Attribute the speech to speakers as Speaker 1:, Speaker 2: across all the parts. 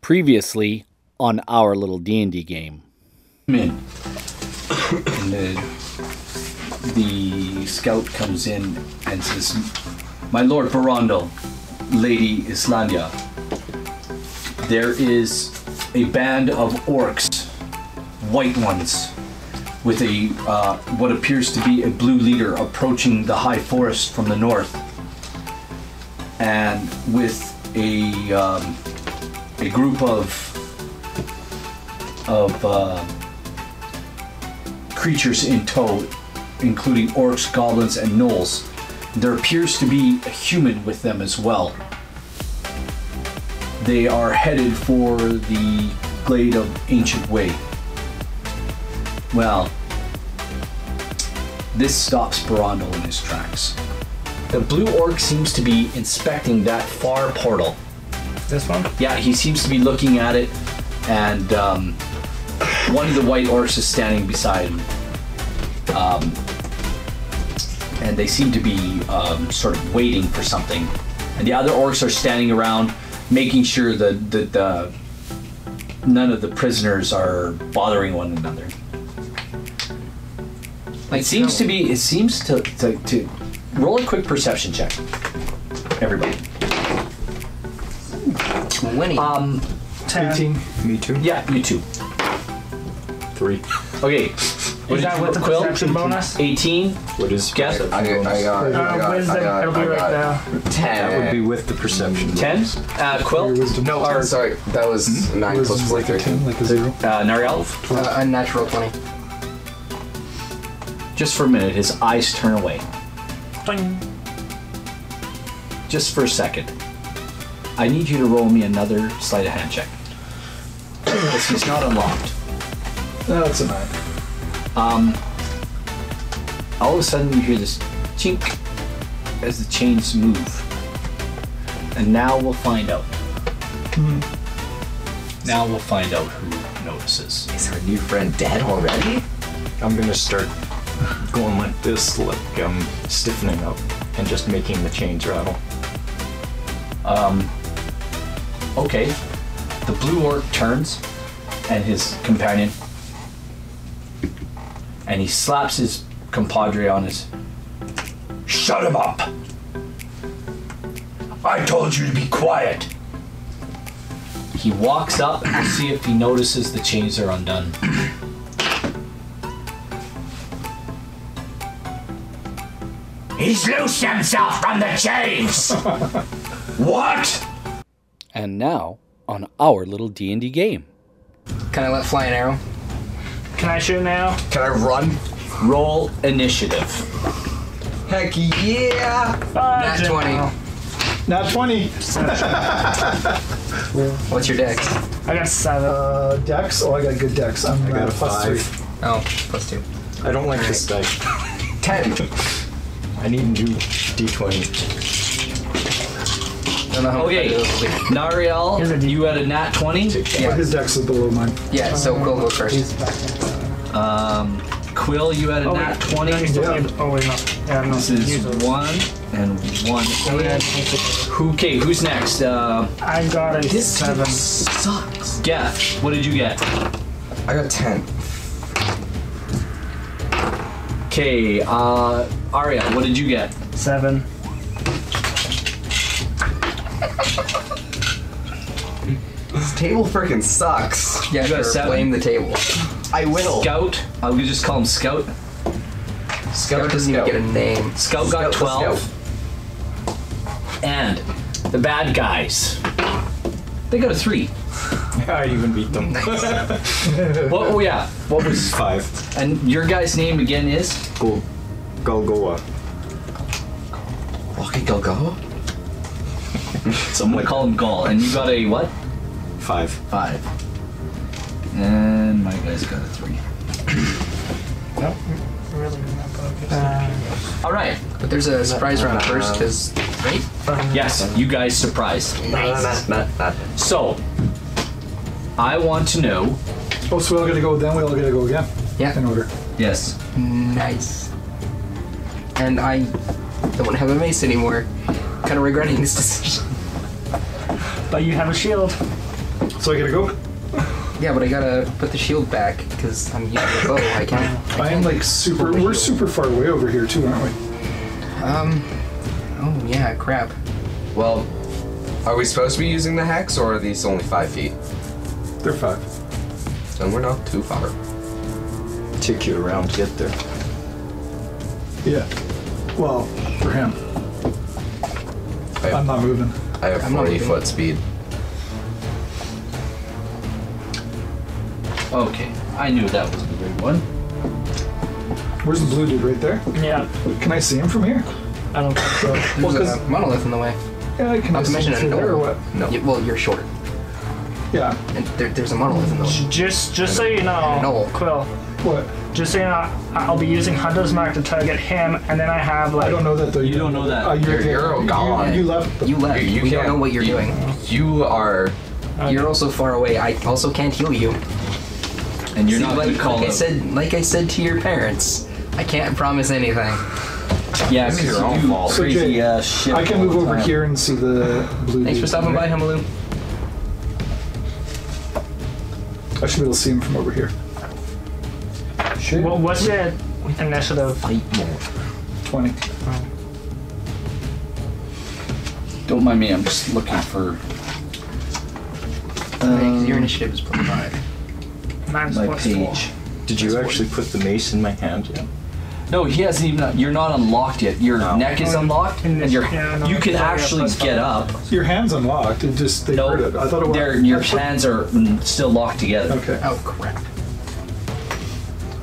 Speaker 1: previously on our little D&D game.
Speaker 2: in. And the, the scout comes in and says, My Lord Barandal, Lady Islania, there is a band of orcs, white ones, with a uh, what appears to be a blue leader approaching the high forest from the north, and with a um, a group of of uh, creatures in tow, including orcs, goblins, and gnolls. There appears to be a human with them as well. They are headed for the Glade of Ancient Way. Well, this stops Barandal in his tracks.
Speaker 3: The blue orc seems to be inspecting that far portal.
Speaker 4: This one?
Speaker 2: Yeah, he seems to be looking at it, and um, one of the white orcs is standing beside him. Um, and they seem to be um, sort of waiting for something. And the other orcs are standing around, making sure that, that uh, none of the prisoners are bothering one another. It seems to be. It seems to, to, to roll a quick perception check. Everybody.
Speaker 3: 20.
Speaker 2: Um,
Speaker 4: 10.
Speaker 5: Me too.
Speaker 2: yeah, you two.
Speaker 5: Three.
Speaker 2: Okay. What
Speaker 4: Is
Speaker 2: did
Speaker 4: that
Speaker 2: you
Speaker 4: with the
Speaker 2: roll, Quill?
Speaker 4: perception bonus?
Speaker 2: 18.
Speaker 5: What is
Speaker 2: Guess.
Speaker 5: I,
Speaker 2: it.
Speaker 5: I,
Speaker 6: I, got- I got,
Speaker 4: Uh,
Speaker 6: I got,
Speaker 4: wisdom.
Speaker 6: I got,
Speaker 4: It'll be
Speaker 6: I
Speaker 4: right
Speaker 6: got
Speaker 4: there.
Speaker 5: that would
Speaker 2: 10.
Speaker 5: be with the perception.
Speaker 2: 10? Uh, Quill?
Speaker 5: No,
Speaker 6: Or, sorry, that was 9 plus 4,
Speaker 5: like a
Speaker 6: 13.
Speaker 5: ten, like a zero.
Speaker 2: Uh, Nariel?
Speaker 6: Uh, unnatural 20.
Speaker 2: Just for a minute, his eyes turn away.
Speaker 4: Ding.
Speaker 2: Just for a second. I need you to roll me another sleight of hand check. Because he's not unlocked. Um,
Speaker 4: No, it's a nine.
Speaker 2: All of a sudden, you hear this chink as the chains move. And now we'll find out.
Speaker 4: Mm-hmm.
Speaker 2: Now we'll find out who notices.
Speaker 3: Is our new friend dead already?
Speaker 5: I'm gonna start going like this, like um, stiffening up and just making the chains rattle.
Speaker 2: Okay. The blue orc turns and his companion. And he slaps his compadre on his. Shut him up! I told you to be quiet! He walks up to see if he notices the chains are undone. He's loosed himself from the chains! what?
Speaker 1: And now on our little D&D game.
Speaker 6: Can I let fly an arrow?
Speaker 4: Can I shoot now?
Speaker 6: Can I run?
Speaker 2: Roll initiative.
Speaker 6: Heck yeah!
Speaker 4: Fudge
Speaker 6: Nat
Speaker 4: it.
Speaker 6: 20.
Speaker 7: Not 20.
Speaker 6: What's your dex?
Speaker 4: I got seven.
Speaker 7: Uh, dex. Oh, I got good dex. I'm
Speaker 5: got
Speaker 7: uh,
Speaker 5: a
Speaker 7: plus
Speaker 5: five.
Speaker 7: three.
Speaker 6: Oh, plus 2.
Speaker 5: I don't like this dice.
Speaker 6: 10.
Speaker 5: I need new d20.
Speaker 6: I don't know how
Speaker 2: Okay,
Speaker 6: much that is.
Speaker 4: Here's a
Speaker 2: Nariel,
Speaker 4: D-
Speaker 2: you had a nat 20.
Speaker 7: But
Speaker 6: Yeah,
Speaker 7: his dex is below mine.
Speaker 6: yeah, so Quill goes first.
Speaker 2: Quill, you had a
Speaker 4: Oh,
Speaker 2: nat
Speaker 4: wait.
Speaker 2: 20.
Speaker 4: I still need- Oh, wait, no. Yeah, no.
Speaker 2: This is
Speaker 4: Use it.
Speaker 2: one and one. Who- Okay, who's next? Uh,
Speaker 4: Oh, I got a seven.
Speaker 6: sucks.
Speaker 2: Geth, what did you get?
Speaker 6: I got 10.
Speaker 2: Okay, uh, Aria, what did you get?
Speaker 4: Seven.
Speaker 6: This table freaking sucks. Yeah,
Speaker 2: You got
Speaker 6: sure,
Speaker 2: seven.
Speaker 6: blame the table. I will.
Speaker 2: Scout, I'll just call him Scout.
Speaker 6: Scout doesn't even get a name.
Speaker 2: Scout got
Speaker 6: the
Speaker 2: 12. And the bad guys. They got a three.
Speaker 5: I even beat them.
Speaker 2: What, oh, yeah.
Speaker 5: what was five?
Speaker 2: And your guy's name again is?
Speaker 5: Gul
Speaker 7: uh,
Speaker 5: Golgoa.
Speaker 6: Okay, go go.
Speaker 2: I'm gonna call him Gaul. And you got a what?
Speaker 5: Five.
Speaker 2: Five. And my guy's got a three. All right.
Speaker 6: But there's a surprise round first, because right?
Speaker 2: Yes, you guys surprised.
Speaker 6: Nice.
Speaker 2: So, I want to know.
Speaker 7: Oh, so we all gotta go. Then we all gotta go again. In
Speaker 6: Yeah.
Speaker 7: order.
Speaker 2: Yes.
Speaker 6: Nice. And I don't have a mace anymore. Kind of regretting this decision.
Speaker 4: But you have a shield.
Speaker 7: So I gotta go.
Speaker 6: Yeah, but I gotta put the shield back because I'm using the bow. I can't.
Speaker 7: I am like super. We're super far away over here too, aren't we?
Speaker 6: Um. Oh yeah, crap.
Speaker 8: Well, are we supposed to be using the hex, or are these only five feet?
Speaker 7: They're five.
Speaker 8: Then we're not too far.
Speaker 5: Take you around to get there.
Speaker 7: Yeah. Well, for him,
Speaker 8: I
Speaker 7: I'm
Speaker 8: have,
Speaker 7: not moving.
Speaker 8: I have
Speaker 6: I'm not
Speaker 8: 40
Speaker 6: moving.
Speaker 8: foot speed.
Speaker 2: Okay, I knew that was the big one.
Speaker 7: Where's the blue dude right there?
Speaker 4: Yeah,
Speaker 7: Can I see him from here?
Speaker 4: I don't think so.
Speaker 6: There's
Speaker 7: Well, 'cause-
Speaker 6: a monolith in the way.
Speaker 7: Yeah, can I
Speaker 6: Not to
Speaker 7: see
Speaker 6: mention
Speaker 7: him
Speaker 6: a
Speaker 7: through there or
Speaker 6: door.
Speaker 7: what?
Speaker 8: No.
Speaker 6: Y- well, you're short,
Speaker 7: Yeah.
Speaker 6: and there, there's a monolith in the way.
Speaker 4: Just, just so you know,
Speaker 6: No.
Speaker 4: Quill.
Speaker 7: What?
Speaker 4: Just so you know, I- I'll be using Hunter's Mark to target him, and then I have like
Speaker 7: I don't know that though. You
Speaker 2: don't know that.
Speaker 7: Uh, you're,
Speaker 8: You're- you're
Speaker 7: you-
Speaker 8: gone.
Speaker 7: You, left. The,
Speaker 6: You left.
Speaker 8: You- you
Speaker 6: we don't
Speaker 8: can't-
Speaker 6: know what you're
Speaker 8: you-
Speaker 6: doing.
Speaker 8: You are,
Speaker 6: You're also far away. I also can't heal you.
Speaker 2: And you're
Speaker 6: See,
Speaker 2: not
Speaker 6: like,
Speaker 2: to call
Speaker 6: like I
Speaker 2: him.
Speaker 6: said, like I said to your parents, I can't promise anything.
Speaker 2: yeah,
Speaker 5: This is
Speaker 2: 'cause
Speaker 5: your
Speaker 2: you
Speaker 5: own
Speaker 2: do
Speaker 5: fault.
Speaker 2: Crazy
Speaker 7: Okay.
Speaker 2: ass shit.
Speaker 7: I can
Speaker 2: all
Speaker 7: move
Speaker 2: the
Speaker 7: over
Speaker 2: time.
Speaker 7: here and see the blue.
Speaker 6: Thanks for
Speaker 7: dude.
Speaker 6: stopping by, Hamalu.
Speaker 7: I should be able to see him from over here. Shit.
Speaker 4: What, what's your initiative?
Speaker 5: Fight more.
Speaker 7: Twenty.
Speaker 2: Don't mind me. I'm just looking for
Speaker 7: Uh,
Speaker 6: Because your initiative is plus five.
Speaker 4: Mine's
Speaker 2: my
Speaker 4: plus four.
Speaker 2: page.
Speaker 5: Did you actually put the mace in my hand? Yeah.
Speaker 2: No, he hasn't even. You're not unlocked yet. Your
Speaker 5: No.
Speaker 2: neck is unlocked,
Speaker 4: And
Speaker 2: and your
Speaker 4: yeah, no,
Speaker 2: you can
Speaker 4: I got
Speaker 2: actually
Speaker 4: plus
Speaker 2: get up.
Speaker 7: Your hand's unlocked. It just they heard it. I thought it was.
Speaker 2: they're- your
Speaker 7: I thought-
Speaker 2: hands are mm, still locked together.
Speaker 7: Okay.
Speaker 6: Oh crap.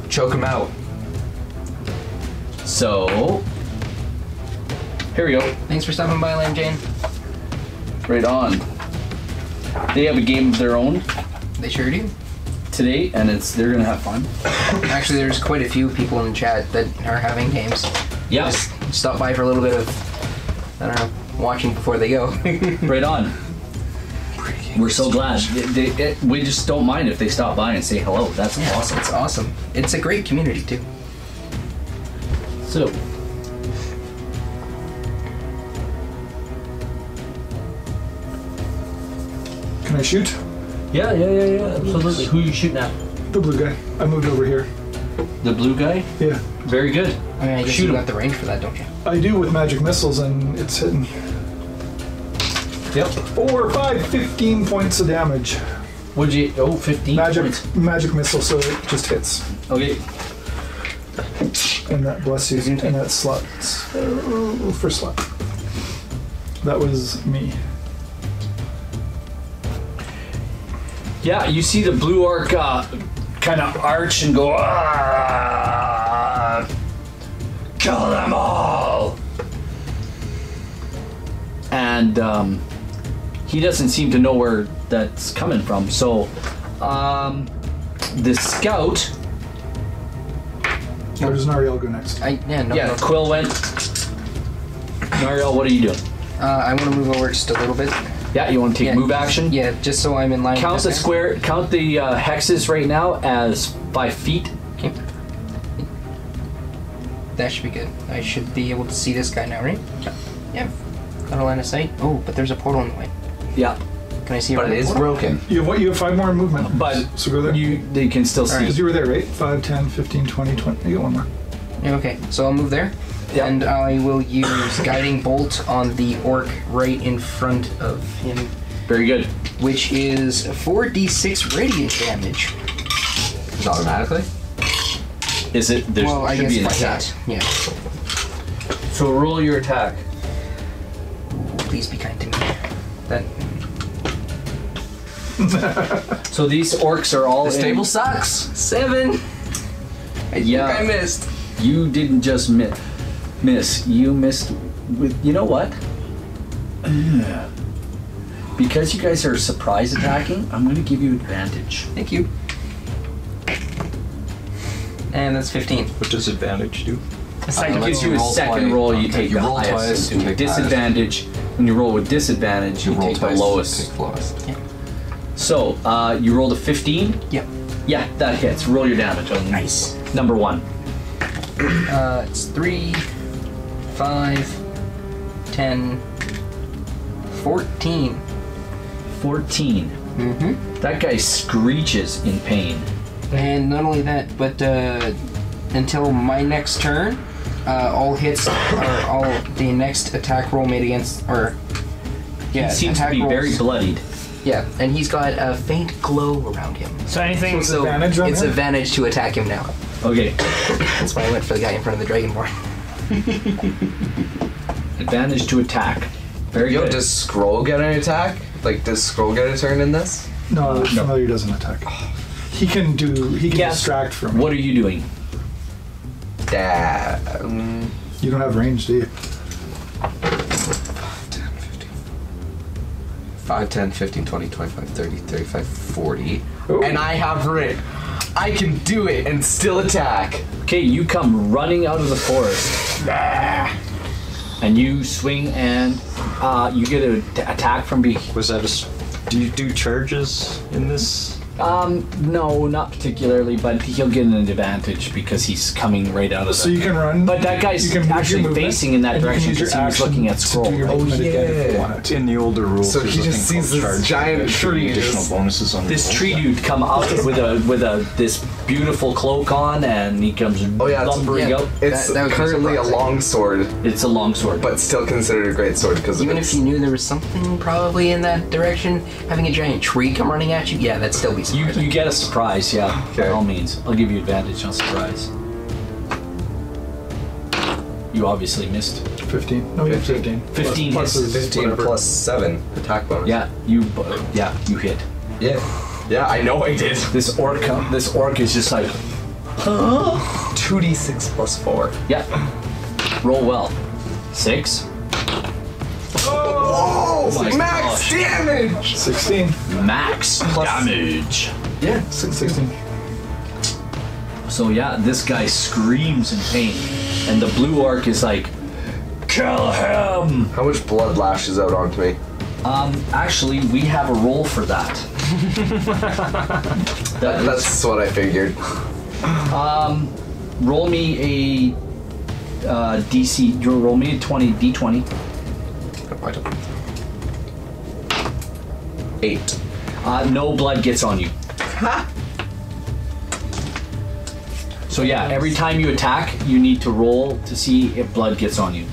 Speaker 8: choke him out.
Speaker 2: So here we go.
Speaker 6: Thanks for stopping by, Lamb Jane.
Speaker 2: Right on. They have a game of their own
Speaker 6: They sure do.
Speaker 2: today, and it's they're gonna have fun.
Speaker 6: Actually, there's quite a few people in the chat that are having games.
Speaker 2: Yep.
Speaker 6: Just stop by for a little bit of, I don't know, watching before they go.
Speaker 2: right on. We're so glad. They- they- it- we just don't mind if they stop by and say hello. That's awesome.
Speaker 6: It's awesome. It's a great community too.
Speaker 2: So,
Speaker 7: Can I shoot?
Speaker 2: yeah, yeah, yeah, yeah, absolutely. Who you shooting at?
Speaker 7: The blue guy. I moved over here.
Speaker 2: The blue guy.
Speaker 7: Yeah.
Speaker 2: Very good.
Speaker 6: I mean, I guess
Speaker 2: Shoot
Speaker 6: you
Speaker 2: 'em.
Speaker 6: got the range for that, don't you?
Speaker 7: I do with magic missiles, and it's hitting.
Speaker 2: Yep.
Speaker 7: Four, five, 15 points of damage.
Speaker 2: Would you? Oh, 15
Speaker 7: Magic,
Speaker 2: points.
Speaker 7: magic missile, so it just hits.
Speaker 2: Okay.
Speaker 7: And that bless you, and that slot. uh, First slot. That was me.
Speaker 2: Yeah, you see the blue arc uh, kind of arch and go, ah, kill them all. And um, he doesn't seem to know where that's coming from. So um, the scout,
Speaker 7: Where does Nariel go next?
Speaker 6: I yeah no.
Speaker 2: yeah,
Speaker 6: no.
Speaker 2: Quill went. Nariel, what are you doing?
Speaker 6: Uh, I want to move over just a little bit.
Speaker 2: Yeah, you want to take
Speaker 6: Yeah,
Speaker 2: move action?
Speaker 6: Yeah, just so I'm in line.
Speaker 2: Count
Speaker 6: with
Speaker 2: the
Speaker 6: this
Speaker 2: square. Count the uh, hexes right now as five feet.
Speaker 6: guy. Okay. That should be good. I should be able to see this guy now, right? Yeah. Got a line of sight. Oh, but there's a portal in the way.
Speaker 2: Yeah,
Speaker 6: Can I see
Speaker 8: But
Speaker 6: around
Speaker 8: it
Speaker 6: the
Speaker 8: is
Speaker 6: portal?
Speaker 8: broken.
Speaker 7: You have what? You have five more movement.
Speaker 2: but
Speaker 7: so go there.
Speaker 2: you they can still see.
Speaker 6: Alright.
Speaker 7: Because you were there, right? 5, 10, 15, 20, 20. You got one more.
Speaker 6: Yeah, okay, so I'll move there.
Speaker 2: Yeah.
Speaker 6: And I will use Guiding Bolt on the orc right in front of him,
Speaker 2: Very good.
Speaker 6: which is 4d6 radiant damage.
Speaker 8: Automatically?
Speaker 2: Is it? There
Speaker 6: well, I
Speaker 2: should
Speaker 6: guess
Speaker 2: be an
Speaker 6: if I
Speaker 2: attack.
Speaker 6: hit. Yeah,
Speaker 2: So roll your attack.
Speaker 6: please be kind to me. That
Speaker 2: So these orcs are all.
Speaker 6: This
Speaker 2: in-
Speaker 6: table sucks. Seven. I
Speaker 2: Yeah.
Speaker 6: think I missed.
Speaker 2: You didn't just miss. Miss. You missed. With you know what? because you guys are surprise attacking, I'm gonna give you advantage.
Speaker 6: Thank you. And that's fifteen.
Speaker 5: What does advantage do?
Speaker 4: It's like
Speaker 8: Uh,
Speaker 2: It gives
Speaker 8: you
Speaker 2: you a
Speaker 8: roll
Speaker 2: second
Speaker 8: twice.
Speaker 2: roll. You
Speaker 8: Okay,
Speaker 2: take
Speaker 8: you
Speaker 2: the
Speaker 8: roll
Speaker 2: highest
Speaker 8: twice,
Speaker 2: and
Speaker 8: you
Speaker 2: do
Speaker 8: take the highest.
Speaker 2: disadvantage. When you roll with disadvantage, you, take the lowest.
Speaker 8: Take the lowest.
Speaker 2: So uh, you rolled a 15.
Speaker 6: Yep.
Speaker 2: Yeah, that hits. Roll your damage on
Speaker 6: Nice.
Speaker 2: number one.
Speaker 6: Uh, it's three, five, ten, fourteen.
Speaker 2: 14.
Speaker 6: Mm-hmm.
Speaker 2: That guy screeches in pain.
Speaker 6: And not only that, but uh, until my next turn, uh, all hits or all the next attack roll made against or yeah,
Speaker 2: He seems to
Speaker 6: attack
Speaker 2: be very
Speaker 6: rolls-
Speaker 2: bloodied.
Speaker 6: yeah, and he's got a faint glow around him.
Speaker 4: So anything.
Speaker 6: So
Speaker 7: advantage on
Speaker 6: it's
Speaker 7: him?
Speaker 6: advantage to attack him now.
Speaker 2: Okay,
Speaker 6: That's why I went for the guy in front of the dragonborn.
Speaker 2: advantage to attack. Very
Speaker 8: Yo,
Speaker 2: good.
Speaker 8: does Scroll get an attack? Like, does Scroll get a turn in this?
Speaker 7: No, familiar doesn't attack. He can do. He can
Speaker 2: Yes.
Speaker 7: distract from.
Speaker 2: what are you doing?
Speaker 8: Damn.
Speaker 7: You don't have range, do you?
Speaker 8: 10, 15. 5, 10, 15, 20, 25, 30, 35, 40. And I have Rick. I can do it and still attack.
Speaker 2: Okay, you come running out of the forest. And you swing and uh, you get an attack from behind.
Speaker 5: Was that a? s- Do you do charges in this?
Speaker 2: Um, no, not particularly, but he'll get an advantage because he's coming right out of
Speaker 7: So
Speaker 2: the.
Speaker 7: you can run.
Speaker 2: But that guy's
Speaker 7: you can move your
Speaker 2: actually
Speaker 7: movement,
Speaker 2: facing in that
Speaker 7: and you can
Speaker 2: direction
Speaker 7: use your
Speaker 2: 'cause he was
Speaker 7: action
Speaker 2: looking at
Speaker 7: to do
Speaker 2: scroll.
Speaker 7: your
Speaker 2: Oh,
Speaker 7: movement again if you
Speaker 8: yeah.
Speaker 7: wanted to.
Speaker 5: In the older rules,
Speaker 8: So he
Speaker 5: there's a
Speaker 8: just
Speaker 5: thing
Speaker 8: sees
Speaker 5: called
Speaker 8: this
Speaker 5: charge,
Speaker 8: giant
Speaker 5: that gives you
Speaker 8: tree
Speaker 5: Additional
Speaker 8: just-
Speaker 5: bonuses on your
Speaker 2: This
Speaker 5: rolls.
Speaker 2: tree dude come out with a with a this beautiful cloak on, and he comes
Speaker 8: Oh, yeah, it's-
Speaker 2: lumbering
Speaker 6: yeah.
Speaker 2: up.
Speaker 8: It's
Speaker 6: That- that would be
Speaker 8: currently a
Speaker 6: surprising.
Speaker 8: long sword,
Speaker 2: It's a longsword.
Speaker 8: but still considered a great sword because of
Speaker 6: Even
Speaker 8: its
Speaker 6: if you knew there was something probably in that direction, having a giant tree come running at you, yeah, that'd still be
Speaker 2: you
Speaker 6: surprising.
Speaker 2: you get a surprise, yeah. By
Speaker 8: Okay.
Speaker 2: all means, I'll give you advantage on surprise. You obviously missed.
Speaker 7: Fifteen. No, you have fifteen.
Speaker 2: 15
Speaker 7: plus,
Speaker 2: hits.
Speaker 7: plus his
Speaker 8: 15
Speaker 7: whatever.
Speaker 8: plus 7 attack bonus.
Speaker 2: Yeah, you bu- yeah you hit.
Speaker 8: Yeah. Yeah, I know I did.
Speaker 2: This orc come- this orc is just like
Speaker 8: 2d6 plus 4.
Speaker 2: yeah. Roll well. Six.
Speaker 8: Oh,
Speaker 2: my
Speaker 8: max
Speaker 2: gosh.
Speaker 8: damage!
Speaker 7: Sixteen.
Speaker 2: Max damage.
Speaker 8: Yeah.
Speaker 7: Sixteen.
Speaker 2: So yeah, this guy screams in pain, and the blue orc is like, "Kill him!"
Speaker 8: How much blood lashes out onto me?
Speaker 2: Um, actually, we have a roll for that. that is,
Speaker 8: That's what I figured.
Speaker 2: roll me a uh, DC. you Roll me a twenty D twenty.
Speaker 8: I don't. Eight.
Speaker 2: Uh, no blood gets on you. So yeah, every time you attack, you need to roll to see if blood gets on you.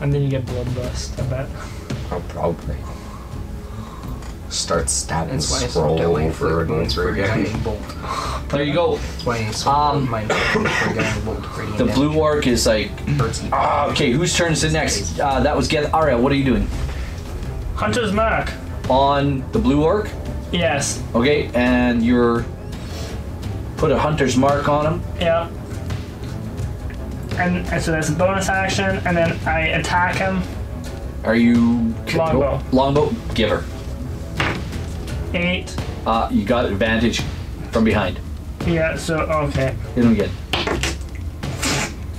Speaker 4: And then you get bloodlust, I bet.
Speaker 8: Oh, probably. Start stabbing
Speaker 6: That's why I
Speaker 8: scroll
Speaker 6: stopped at Lane
Speaker 8: over and over again.
Speaker 2: There you go.
Speaker 6: That's why I swapped
Speaker 2: Um,
Speaker 6: mine for a guy in bolt gradient
Speaker 2: The
Speaker 6: damage.
Speaker 2: blue orc is like,
Speaker 6: Hurts me.
Speaker 2: "Ah, okay, whose turn is it next? Uh, that was Geth. Aria, what are you doing?
Speaker 4: Hunter's mark.
Speaker 2: On the blue orc?
Speaker 4: Yes.
Speaker 2: Okay, and you're. Put a hunter's mark on him.
Speaker 4: Yeah. And, and so that's a bonus action, and then I attack him.
Speaker 2: Are you.
Speaker 4: Longbow.
Speaker 2: Longbow, give her.
Speaker 4: Eight.
Speaker 2: Uh, you got advantage from behind.
Speaker 4: Yeah. So okay.
Speaker 2: You don't get.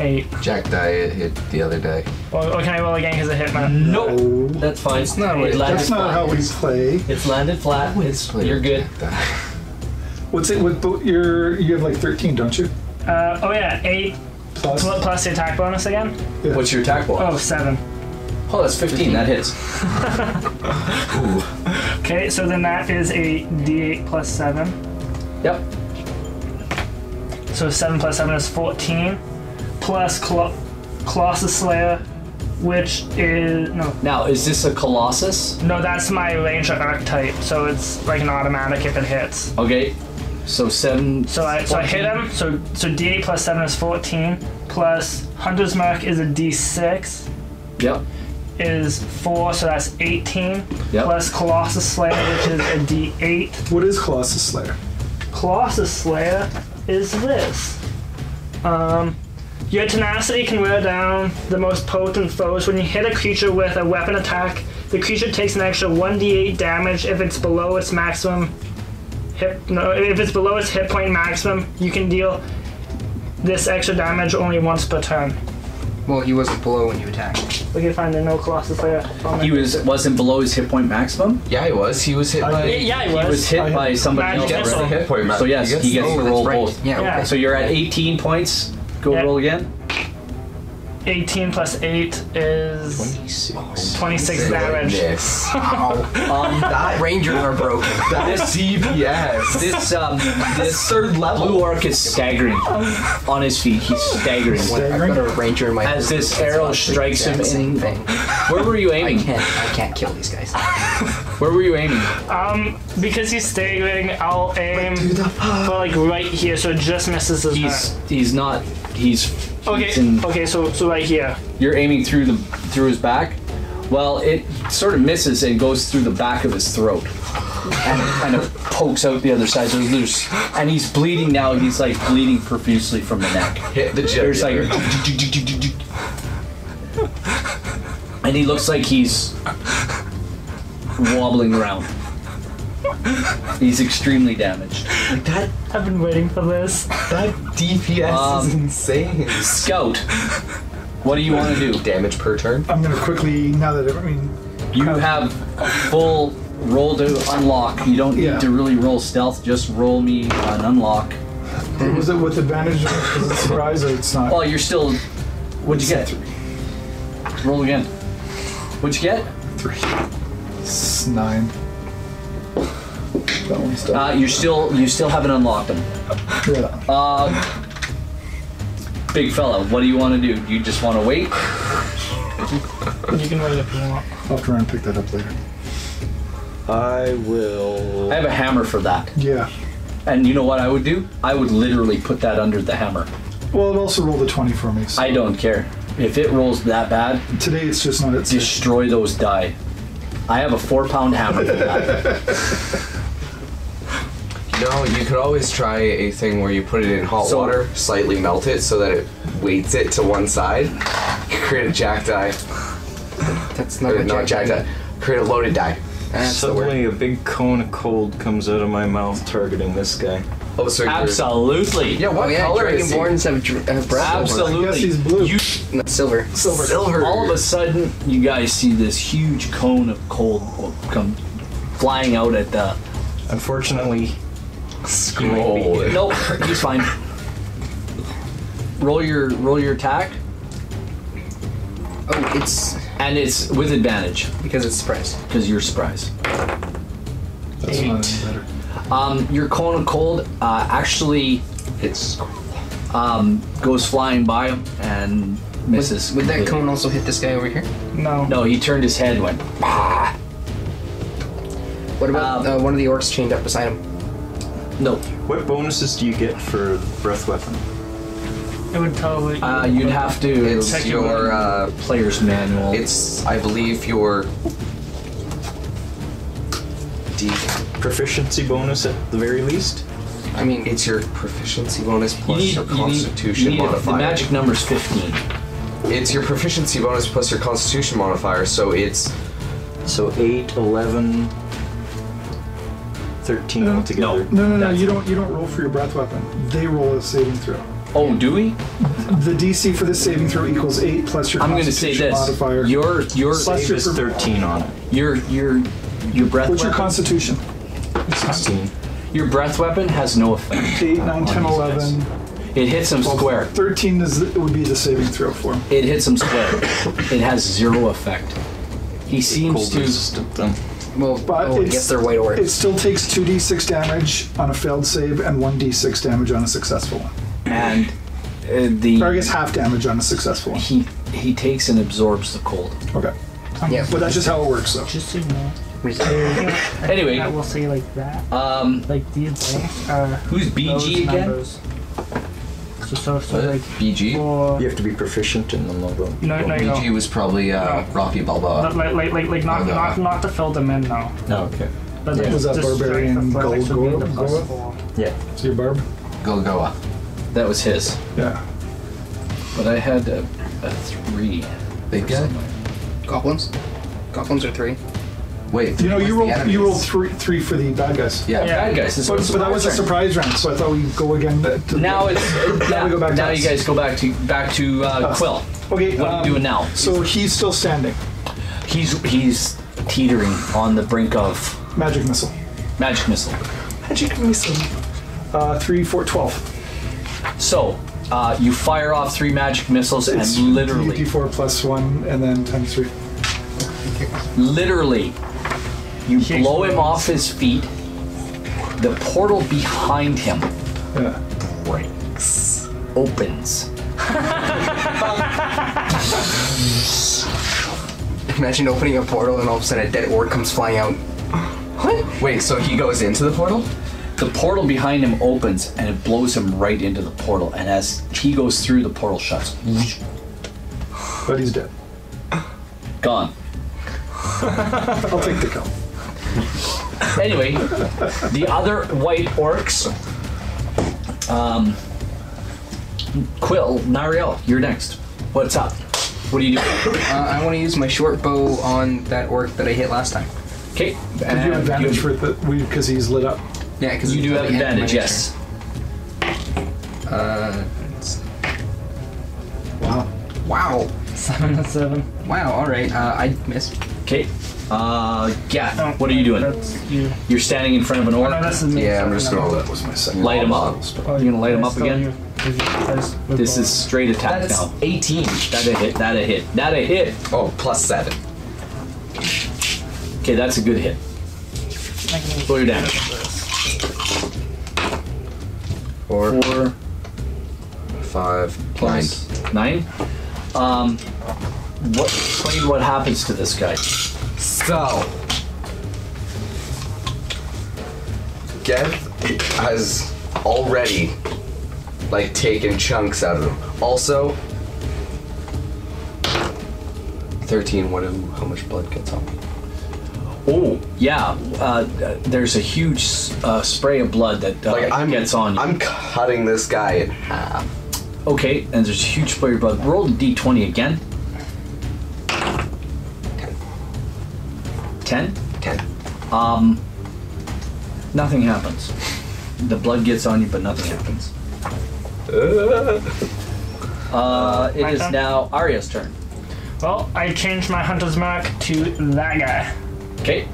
Speaker 4: Eight.
Speaker 8: Jack diet hit the other day.
Speaker 4: Well, oh, can I roll again because I hit my?
Speaker 2: Nope. That's fine. It's
Speaker 6: not what
Speaker 2: it
Speaker 6: it-
Speaker 2: landed
Speaker 7: Oh. That's not how we play.
Speaker 2: It's landed flat. It's, you're good.
Speaker 7: What's it with bo- your? You have like thirteen, don't you?
Speaker 4: Uh, oh yeah, eight
Speaker 7: Plus.
Speaker 4: pl- plus the attack bonus again.
Speaker 2: What's your attack roll?
Speaker 4: Oh, seven.
Speaker 2: Oh, that's 15. That hits.
Speaker 4: Okay, so then that is a D8 plus seven.
Speaker 2: Yep.
Speaker 4: So seven plus seven is fourteen. Plus Clo- Colossus Slayer, which is no,
Speaker 2: Now, is this a Colossus?
Speaker 4: no, that's my Ranger archetype. So it's like an automatic if it hits.
Speaker 2: Okay. So seven.
Speaker 4: So I so I hit
Speaker 2: 14.
Speaker 4: him. So so D8 plus seven is fourteen. Plus Hunter's Mark is a D6
Speaker 2: Yep.
Speaker 4: is four, so that's eighteen.
Speaker 2: Yep.
Speaker 4: Plus Colossus Slayer, which is a D8.
Speaker 7: What is Colossus Slayer?
Speaker 4: Colossus Slayer is this. Um, your tenacity can wear down the most potent foes. When you hit a creature with a weapon attack, the creature takes an extra 1d8 damage if it's below its maximum hit. No, if it's below its hit point maximum, you can deal this extra damage only once per turn.
Speaker 6: Well, he wasn't below when you attacked.
Speaker 4: We can find the no Colossus Slayer. on
Speaker 2: He
Speaker 4: it.
Speaker 2: was wasn't below his hit point maximum.
Speaker 8: Yeah, he was. He was hit by.
Speaker 4: yeah, he
Speaker 2: He
Speaker 4: was.
Speaker 2: was hit by somebody
Speaker 4: Magic
Speaker 2: else.
Speaker 4: missile.
Speaker 2: right?
Speaker 8: hit point, Matt.
Speaker 2: So yes, he gets to
Speaker 6: Oh, that's
Speaker 2: roll
Speaker 6: right.
Speaker 2: both.
Speaker 6: Yeah.
Speaker 4: Yeah.
Speaker 6: Okay.
Speaker 2: So you're at 18 points. Go
Speaker 4: Yeah.
Speaker 2: roll again.
Speaker 4: 18 plus 8 is
Speaker 5: 26.
Speaker 4: 26 damage.
Speaker 8: Goodness.
Speaker 2: Um,
Speaker 8: that
Speaker 6: Rangers are broken.
Speaker 8: that CPS.
Speaker 2: This um, this third level blue orc is staggering on his feet. He's staggering.
Speaker 6: I've got a ranger in my
Speaker 2: As this arrow strikes him
Speaker 6: Exact
Speaker 2: in,
Speaker 6: same thing.
Speaker 2: where were you
Speaker 6: I
Speaker 2: aiming?
Speaker 6: can't. I can't kill these guys.
Speaker 2: Where were you aiming?
Speaker 4: Because he's staggering, I'll aim for like right here, so it just misses his
Speaker 2: He's he's not. He's
Speaker 4: heart.
Speaker 2: he's
Speaker 4: Okay,
Speaker 2: in-
Speaker 4: okay, so so right here.
Speaker 2: You're aiming through the through his back. Well, it sort of misses and goes through the back of his throat, and kind of pokes out the other side. So there's and he's bleeding now. and He's like bleeding profusely from the neck.
Speaker 8: Hit the
Speaker 2: There's like,
Speaker 8: jugular.
Speaker 2: and he looks like he's wobbling around. He's extremely damaged.
Speaker 8: that
Speaker 4: I've been waiting for this.
Speaker 8: that DPS is insane.
Speaker 2: Scout, what do you want to do?
Speaker 8: Damage per turn.
Speaker 7: I'm gonna quickly now that I mean
Speaker 2: You have a full roll to unlock. You don't
Speaker 7: Yeah.
Speaker 2: need to really roll stealth. Just roll me an unlock.
Speaker 7: was it with advantage because it's surprise or it's not?
Speaker 2: Well, you're still. What'd you get? Roll again. What'd you get?
Speaker 7: It's nine. That one's done.
Speaker 2: Uh, you still you still haven't unlocked them.
Speaker 7: yeah.
Speaker 2: Big fella, what do you want to do? Do you just want to wait?
Speaker 4: You can wait if you want.
Speaker 7: I'll try and pick that up later.
Speaker 5: I will.
Speaker 2: I have a hammer for that.
Speaker 7: Yeah.
Speaker 2: And you know what I would do? I would literally put that under the hammer.
Speaker 7: Well, it also rolled a 20 for me. So
Speaker 2: I don't care. If it rolls that bad,
Speaker 7: today it's just not its.
Speaker 2: destroy those die. I have a four pound hammer for that.
Speaker 8: No, you could always try a thing where you put it in hot
Speaker 2: So-
Speaker 8: water, slightly melt it so that it weights it to one side. Create a jack die.
Speaker 6: That's not
Speaker 8: Or
Speaker 6: a
Speaker 8: not jack die. Create a loaded die. That's the word.
Speaker 5: Suddenly, a big cone of cold comes out of my mouth, targeting this guy.
Speaker 8: Oh, so you're-
Speaker 2: Absolutely.
Speaker 8: Yeah, what
Speaker 6: Oh yeah,
Speaker 8: color is he?
Speaker 6: dragonborns have, dr- have brass.
Speaker 7: I guess
Speaker 2: Absolutely.
Speaker 7: he's blue.
Speaker 2: You
Speaker 6: No, silver.
Speaker 8: Silver.
Speaker 2: all of a sudden you guys see this huge cone of cold come flying out at the
Speaker 5: Unfortunately,
Speaker 8: scroll.
Speaker 2: nope he's fine roll your roll your attack
Speaker 6: Oh, it's
Speaker 2: and it's with advantage
Speaker 6: because it's surprise.
Speaker 2: because you're surprised
Speaker 7: That's not any better.
Speaker 2: um, your cone of cold uh, actually
Speaker 8: It's
Speaker 2: um, goes flying by him and misses
Speaker 6: Would that
Speaker 2: completely.
Speaker 6: cone also hit this guy over here?
Speaker 4: No.
Speaker 2: no he turned his head and went
Speaker 6: What about
Speaker 2: Um,
Speaker 6: uh, one of the orcs chained up beside him?
Speaker 2: no
Speaker 5: what bonuses do you get for breath weapon?
Speaker 4: It would probably.
Speaker 2: uh, you'd have to
Speaker 8: it's your uh,
Speaker 2: player's manual
Speaker 8: it's I believe your D.
Speaker 5: Proficiency bonus at the very least?
Speaker 6: I mean,
Speaker 8: It's your proficiency bonus
Speaker 2: you
Speaker 8: plus
Speaker 2: need,
Speaker 8: your
Speaker 2: you need-
Speaker 8: constitution
Speaker 2: you need a-
Speaker 8: modifier.
Speaker 2: the magic number's 15
Speaker 8: It's your proficiency bonus plus your constitution modifier, so it's
Speaker 5: So 8, 11, 13
Speaker 7: No,
Speaker 5: altogether.
Speaker 7: no, no. You don't. You don't roll for your breath weapon. They roll a saving throw.
Speaker 2: oh do we
Speaker 7: The DC for this saving throw equals eight plus your
Speaker 2: I'm going to say
Speaker 7: Constitution
Speaker 2: this.
Speaker 7: modifier.
Speaker 2: Your your
Speaker 7: Plus
Speaker 5: Save
Speaker 7: your
Speaker 5: is
Speaker 7: per-
Speaker 5: 13 on it.
Speaker 2: your your your breath
Speaker 7: What's your
Speaker 2: weapon,
Speaker 7: Constitution?
Speaker 5: 16.
Speaker 2: your breath weapon has no effect.
Speaker 7: Eight, nine, ten, eleven.
Speaker 2: It hits him
Speaker 7: twelve,
Speaker 2: square.
Speaker 7: Thirteen is it would be the saving throw for him.
Speaker 2: It hits him square. it has zero effect. He seems
Speaker 5: Cold
Speaker 2: to
Speaker 5: resistant then.
Speaker 6: well,
Speaker 7: But
Speaker 6: oh, I
Speaker 7: it's-
Speaker 6: guess they're white
Speaker 7: It
Speaker 6: orcs.
Speaker 7: still takes two d6 damage on a failed save and one d6 damage on a successful one.
Speaker 2: and uh,
Speaker 7: Or I
Speaker 2: the
Speaker 7: guess half damage on a successful one.
Speaker 2: he he takes and absorbs the cold.
Speaker 7: Okay. Um,
Speaker 6: Yeah.
Speaker 7: But that's just how it works, though.
Speaker 4: Just so you know, I
Speaker 2: Anyway,
Speaker 4: will say like that.
Speaker 2: um,
Speaker 4: Like these links are
Speaker 2: who's
Speaker 4: those
Speaker 2: BG again?
Speaker 4: numbers. So so so
Speaker 8: Uh,
Speaker 4: like
Speaker 8: BG.
Speaker 4: four.
Speaker 5: You have to be proficient in the logo.
Speaker 4: No no no.
Speaker 8: BG was probably uh, Rocky Balboa.
Speaker 4: Like like like like not
Speaker 8: Oh, no.
Speaker 4: not not to fill them in now.
Speaker 5: Oh, okay.
Speaker 4: But
Speaker 7: Was that
Speaker 4: just
Speaker 7: barbarian
Speaker 4: strength athletics
Speaker 7: gold
Speaker 4: would be
Speaker 7: gold-
Speaker 4: the plus
Speaker 7: gold?
Speaker 4: four.
Speaker 5: Yeah.
Speaker 7: Is your barb?
Speaker 8: Golgoa.
Speaker 2: That was his.
Speaker 7: Yeah.
Speaker 2: But I had a, a three.
Speaker 8: Big guy?
Speaker 6: Goblins. Goblins are three.
Speaker 8: Wait.
Speaker 7: You know,
Speaker 8: what's
Speaker 7: you
Speaker 8: the
Speaker 7: rolled
Speaker 8: enemies?
Speaker 7: you rolled three three for the bad guys.
Speaker 8: Yeah.
Speaker 4: Yeah.
Speaker 2: Bad guys. This
Speaker 7: But,
Speaker 2: was
Speaker 7: but that was a
Speaker 2: surprise.
Speaker 7: surprise round, so I thought we'd go again. To, to-
Speaker 2: Now it's now,
Speaker 7: we go back to
Speaker 2: now
Speaker 7: us.
Speaker 2: you guys go back to back to uh,
Speaker 7: Us.
Speaker 2: Quill.
Speaker 7: okay.
Speaker 2: What are
Speaker 7: um,
Speaker 2: you doing now?
Speaker 7: So he's still standing.
Speaker 2: He's he's teetering on the brink of
Speaker 7: Magic missile.
Speaker 2: magic missile.
Speaker 7: Magic missile. Uh, three, four, twelve.
Speaker 2: So Uh, you fire off three magic missiles and
Speaker 7: It's
Speaker 2: literally,
Speaker 7: D4 plus one and then times three.
Speaker 2: literally, you blow him off his feet. The portal behind him
Speaker 7: Yeah.
Speaker 2: breaks, opens.
Speaker 6: Imagine opening a portal and all of a sudden a dead orc comes flying out. What?
Speaker 8: Wait, so he goes into the portal?
Speaker 2: The portal behind him opens and it blows him right into the portal. And as he goes through, the portal shuts.
Speaker 7: But he's dead.
Speaker 2: Gone.
Speaker 7: I'll take the kill.
Speaker 2: Anyway, the other white orcs. Um, Quill, Nariel, you're next. What's up? What do you do?
Speaker 6: Uh, I want to use my short bow on that orc that I hit last time.
Speaker 2: Okay.
Speaker 7: Did you have advantage for the because he's lit up?
Speaker 6: Yeah, because
Speaker 2: You do have advantage, yes.
Speaker 6: Uh,
Speaker 7: Wow.
Speaker 6: Wow.
Speaker 4: Seven and seven.
Speaker 6: Wow. All right. Uh, I missed.
Speaker 2: Okay. Uh, Gath,
Speaker 4: Oh,
Speaker 2: what are you doing?
Speaker 4: That's you.
Speaker 2: You're standing in front of an
Speaker 4: No,
Speaker 2: orc.
Speaker 4: that's me.
Speaker 8: Yeah, I'm just
Speaker 7: Oh,
Speaker 8: gonna
Speaker 7: that was my second.
Speaker 2: Light him up.
Speaker 7: Oh,
Speaker 2: You're gonna light him up
Speaker 4: Still
Speaker 2: again.
Speaker 4: you. If you guys would
Speaker 2: This
Speaker 4: roll.
Speaker 2: is straight attack
Speaker 8: That's
Speaker 2: now.
Speaker 8: 18.
Speaker 2: That a hit. That a hit. That a hit.
Speaker 8: Oh, plus seven.
Speaker 2: Okay, that's a good hit. Roll your damage.
Speaker 8: Four,
Speaker 2: Four
Speaker 8: five, nine.
Speaker 2: plus nine. Um, what? Explain what happens to this guy.
Speaker 8: So, Geth has already like taken chunks out of him. Also, thirteen. What? do- How much blood gets on me?
Speaker 2: Oh, yeah. Uh, there's a huge uh, spray of blood that uh,
Speaker 8: Like I'm
Speaker 2: gets on you.
Speaker 8: I'm cutting this guy in half.
Speaker 2: Okay, and there's a huge spray of blood. Roll the d20 again.
Speaker 8: Ten.
Speaker 2: Ten.
Speaker 8: Ten.
Speaker 2: Nothing happens. The blood gets on you, but nothing happens. Uh, it
Speaker 4: My
Speaker 2: is
Speaker 4: turn?
Speaker 2: now Arya's turn.
Speaker 4: Well, I changed my hunter's mark to that guy,
Speaker 2: Okay,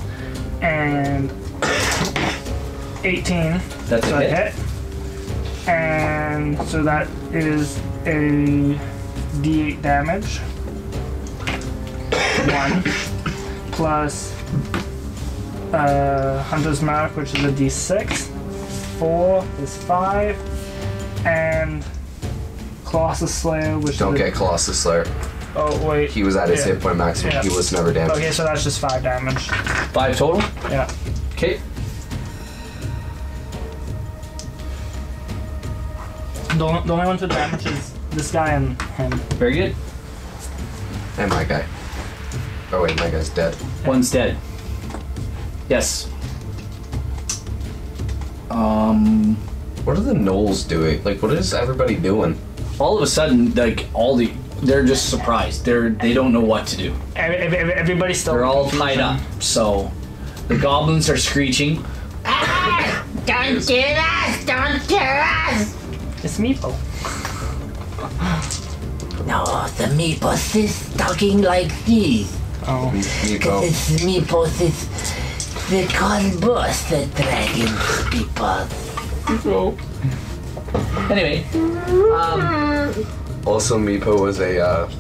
Speaker 4: and 18.
Speaker 2: that's
Speaker 4: So
Speaker 2: a
Speaker 4: I
Speaker 2: hit.
Speaker 4: hit, and so that is a d8 damage. One plus uh, Hunter's Mark, which is a d6. Four is five, and Colossus Slayer, which
Speaker 8: Don't
Speaker 4: is a-
Speaker 8: get Colossus Slayer.
Speaker 4: oh wait,
Speaker 8: He was at his
Speaker 4: Yeah.
Speaker 8: hit point maximum.
Speaker 4: Yeah.
Speaker 8: He was never damaged.
Speaker 4: Okay, so that's just five damage.
Speaker 2: Five total.
Speaker 4: Yeah.
Speaker 2: Okay.
Speaker 4: The only, the only one for damage is this guy and him.
Speaker 2: Very good.
Speaker 8: And my guy. Oh wait, my guy's dead.
Speaker 2: One's dead. Yes. Um.
Speaker 8: What are the gnolls doing? Like, what is everybody doing?
Speaker 2: All of a sudden, like all the, they're just surprised. They're they don't know what to do.
Speaker 4: Every, every, every- everybody's still.
Speaker 2: They're all tied up. So, the goblins are screeching.
Speaker 9: Don't do us! Don't do us!
Speaker 4: It's Meepo.
Speaker 9: No, the meepos is talking like this.
Speaker 6: Oh.
Speaker 8: Nico.
Speaker 9: It's meepos is the cosmos, the dragon people.
Speaker 2: Anyway,
Speaker 8: Also, Meepo was a. Uh,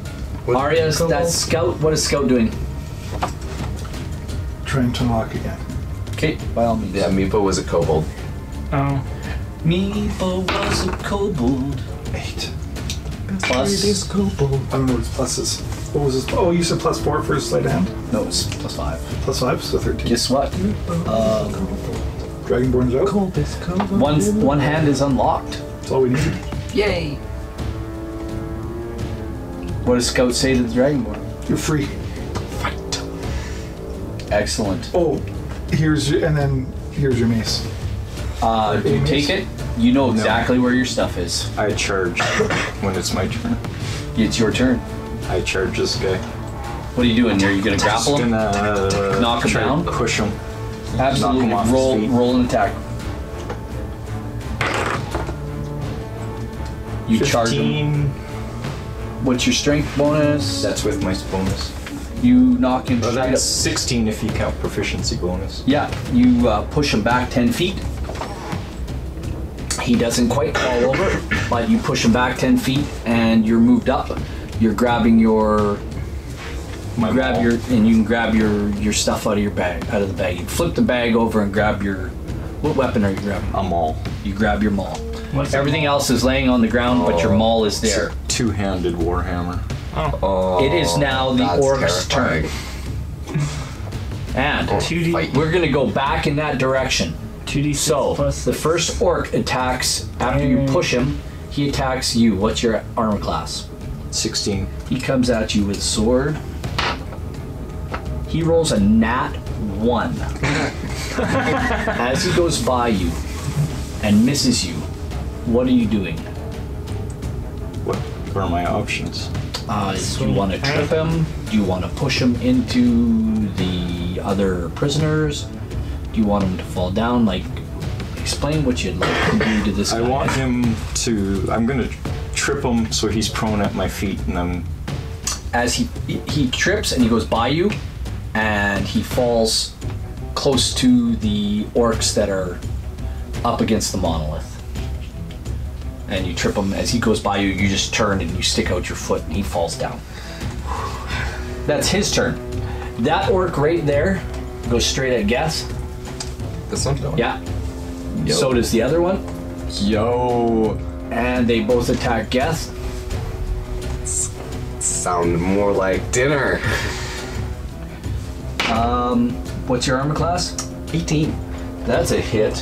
Speaker 8: was
Speaker 2: Arya's that scout. What is scout doing?
Speaker 7: Trying to unlock again.
Speaker 2: Okay, by all means.
Speaker 8: Yeah, Meepo was a kobold.
Speaker 4: Oh.
Speaker 2: Meepo was a kobold.
Speaker 7: Eight.
Speaker 2: Plus,
Speaker 7: I don't know what his pluses. What was his? Oh, you said plus four for his sleight of hand.
Speaker 2: no, it's plus five.
Speaker 7: Plus five, so thirteen.
Speaker 2: Guess what?
Speaker 7: Dragonborn's out. Cool.
Speaker 2: One one hand is unlocked.
Speaker 7: That's all we need.
Speaker 6: Yay.
Speaker 2: What does Scout say to the Dragonborn?
Speaker 7: You're free.
Speaker 2: Excellent.
Speaker 7: Oh, here's your, and then here's your mace.
Speaker 2: Uh, you take it. You know exactly where your stuff is.
Speaker 5: I charge when it's my turn.
Speaker 2: It's your turn.
Speaker 5: I charge this guy.
Speaker 2: What are you doing? Are you gonna grapple
Speaker 5: Just
Speaker 2: him?
Speaker 5: gonna uh,
Speaker 2: Knock him
Speaker 5: try to
Speaker 2: down?
Speaker 5: Push him.
Speaker 2: Absolutely.
Speaker 5: knock him off his
Speaker 2: roll
Speaker 5: feet.
Speaker 2: roll an attack. You charge him.
Speaker 5: 15.
Speaker 2: What's your strength bonus?
Speaker 5: That's with my bonus.
Speaker 2: you knock him
Speaker 5: Oh,
Speaker 2: straight
Speaker 5: that's
Speaker 2: up.
Speaker 5: 16 if you count proficiency bonus.
Speaker 2: Yeah, you uh, push him back ten feet. He doesn't quite fall over. but you push him back 10 feet and you're moved up. You're grabbing your.
Speaker 5: My
Speaker 2: grab
Speaker 5: maul.
Speaker 2: your and you can grab your your stuff out of your bag out of the bag. You flip the bag over and grab your what weapon are you grabbing?
Speaker 5: a maul.
Speaker 2: You grab your maul. Everything else is laying on the ground, but your maul is there.
Speaker 5: Two-handed warhammer.
Speaker 2: It is now the
Speaker 8: Oh, that's
Speaker 2: orc's
Speaker 8: terrifying.
Speaker 2: turn. And
Speaker 4: 2D,
Speaker 8: Fight.
Speaker 2: we're gonna go back in that direction.
Speaker 4: 2D
Speaker 2: So
Speaker 4: plus
Speaker 2: the first orc attacks after you push him. He attacks you. What's your armor class?
Speaker 5: 16.
Speaker 2: He comes at you with a sword. He rolls a nat one as he goes by you and misses you. What are you doing?
Speaker 5: What are my options?
Speaker 2: Uh, do you want to trip him? Do you want to push him into the other prisoners? Do you want him to fall down? Like, explain what you'd like to do to this
Speaker 5: I
Speaker 2: guy.
Speaker 5: want him to. I'm gonna trip him so he's prone at my feet, and I'm
Speaker 2: As he he trips and he goes by you, and he falls close to the orcs that are up against the monolith. And you trip him as he goes by you. You just turn and you stick out your foot, and he falls down. That's his turn. That orc right there goes straight at Geth.
Speaker 8: This one?
Speaker 2: Yeah. So does the other one.
Speaker 8: Yo.
Speaker 2: And they both attack Geth.
Speaker 8: Sound more like dinner.
Speaker 2: What's your armor class? 18. That's a hit.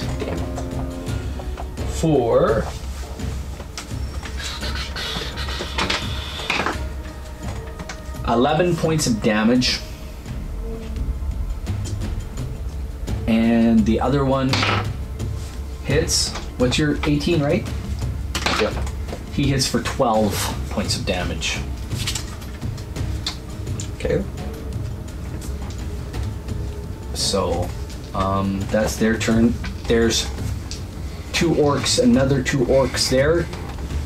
Speaker 2: For. Eleven points of damage. And the other one hits. What's your 18, right?
Speaker 8: Yep.
Speaker 2: He hits for 12 points of damage.
Speaker 8: Okay.
Speaker 2: So um, that's their turn. There's two orcs, another two orcs there.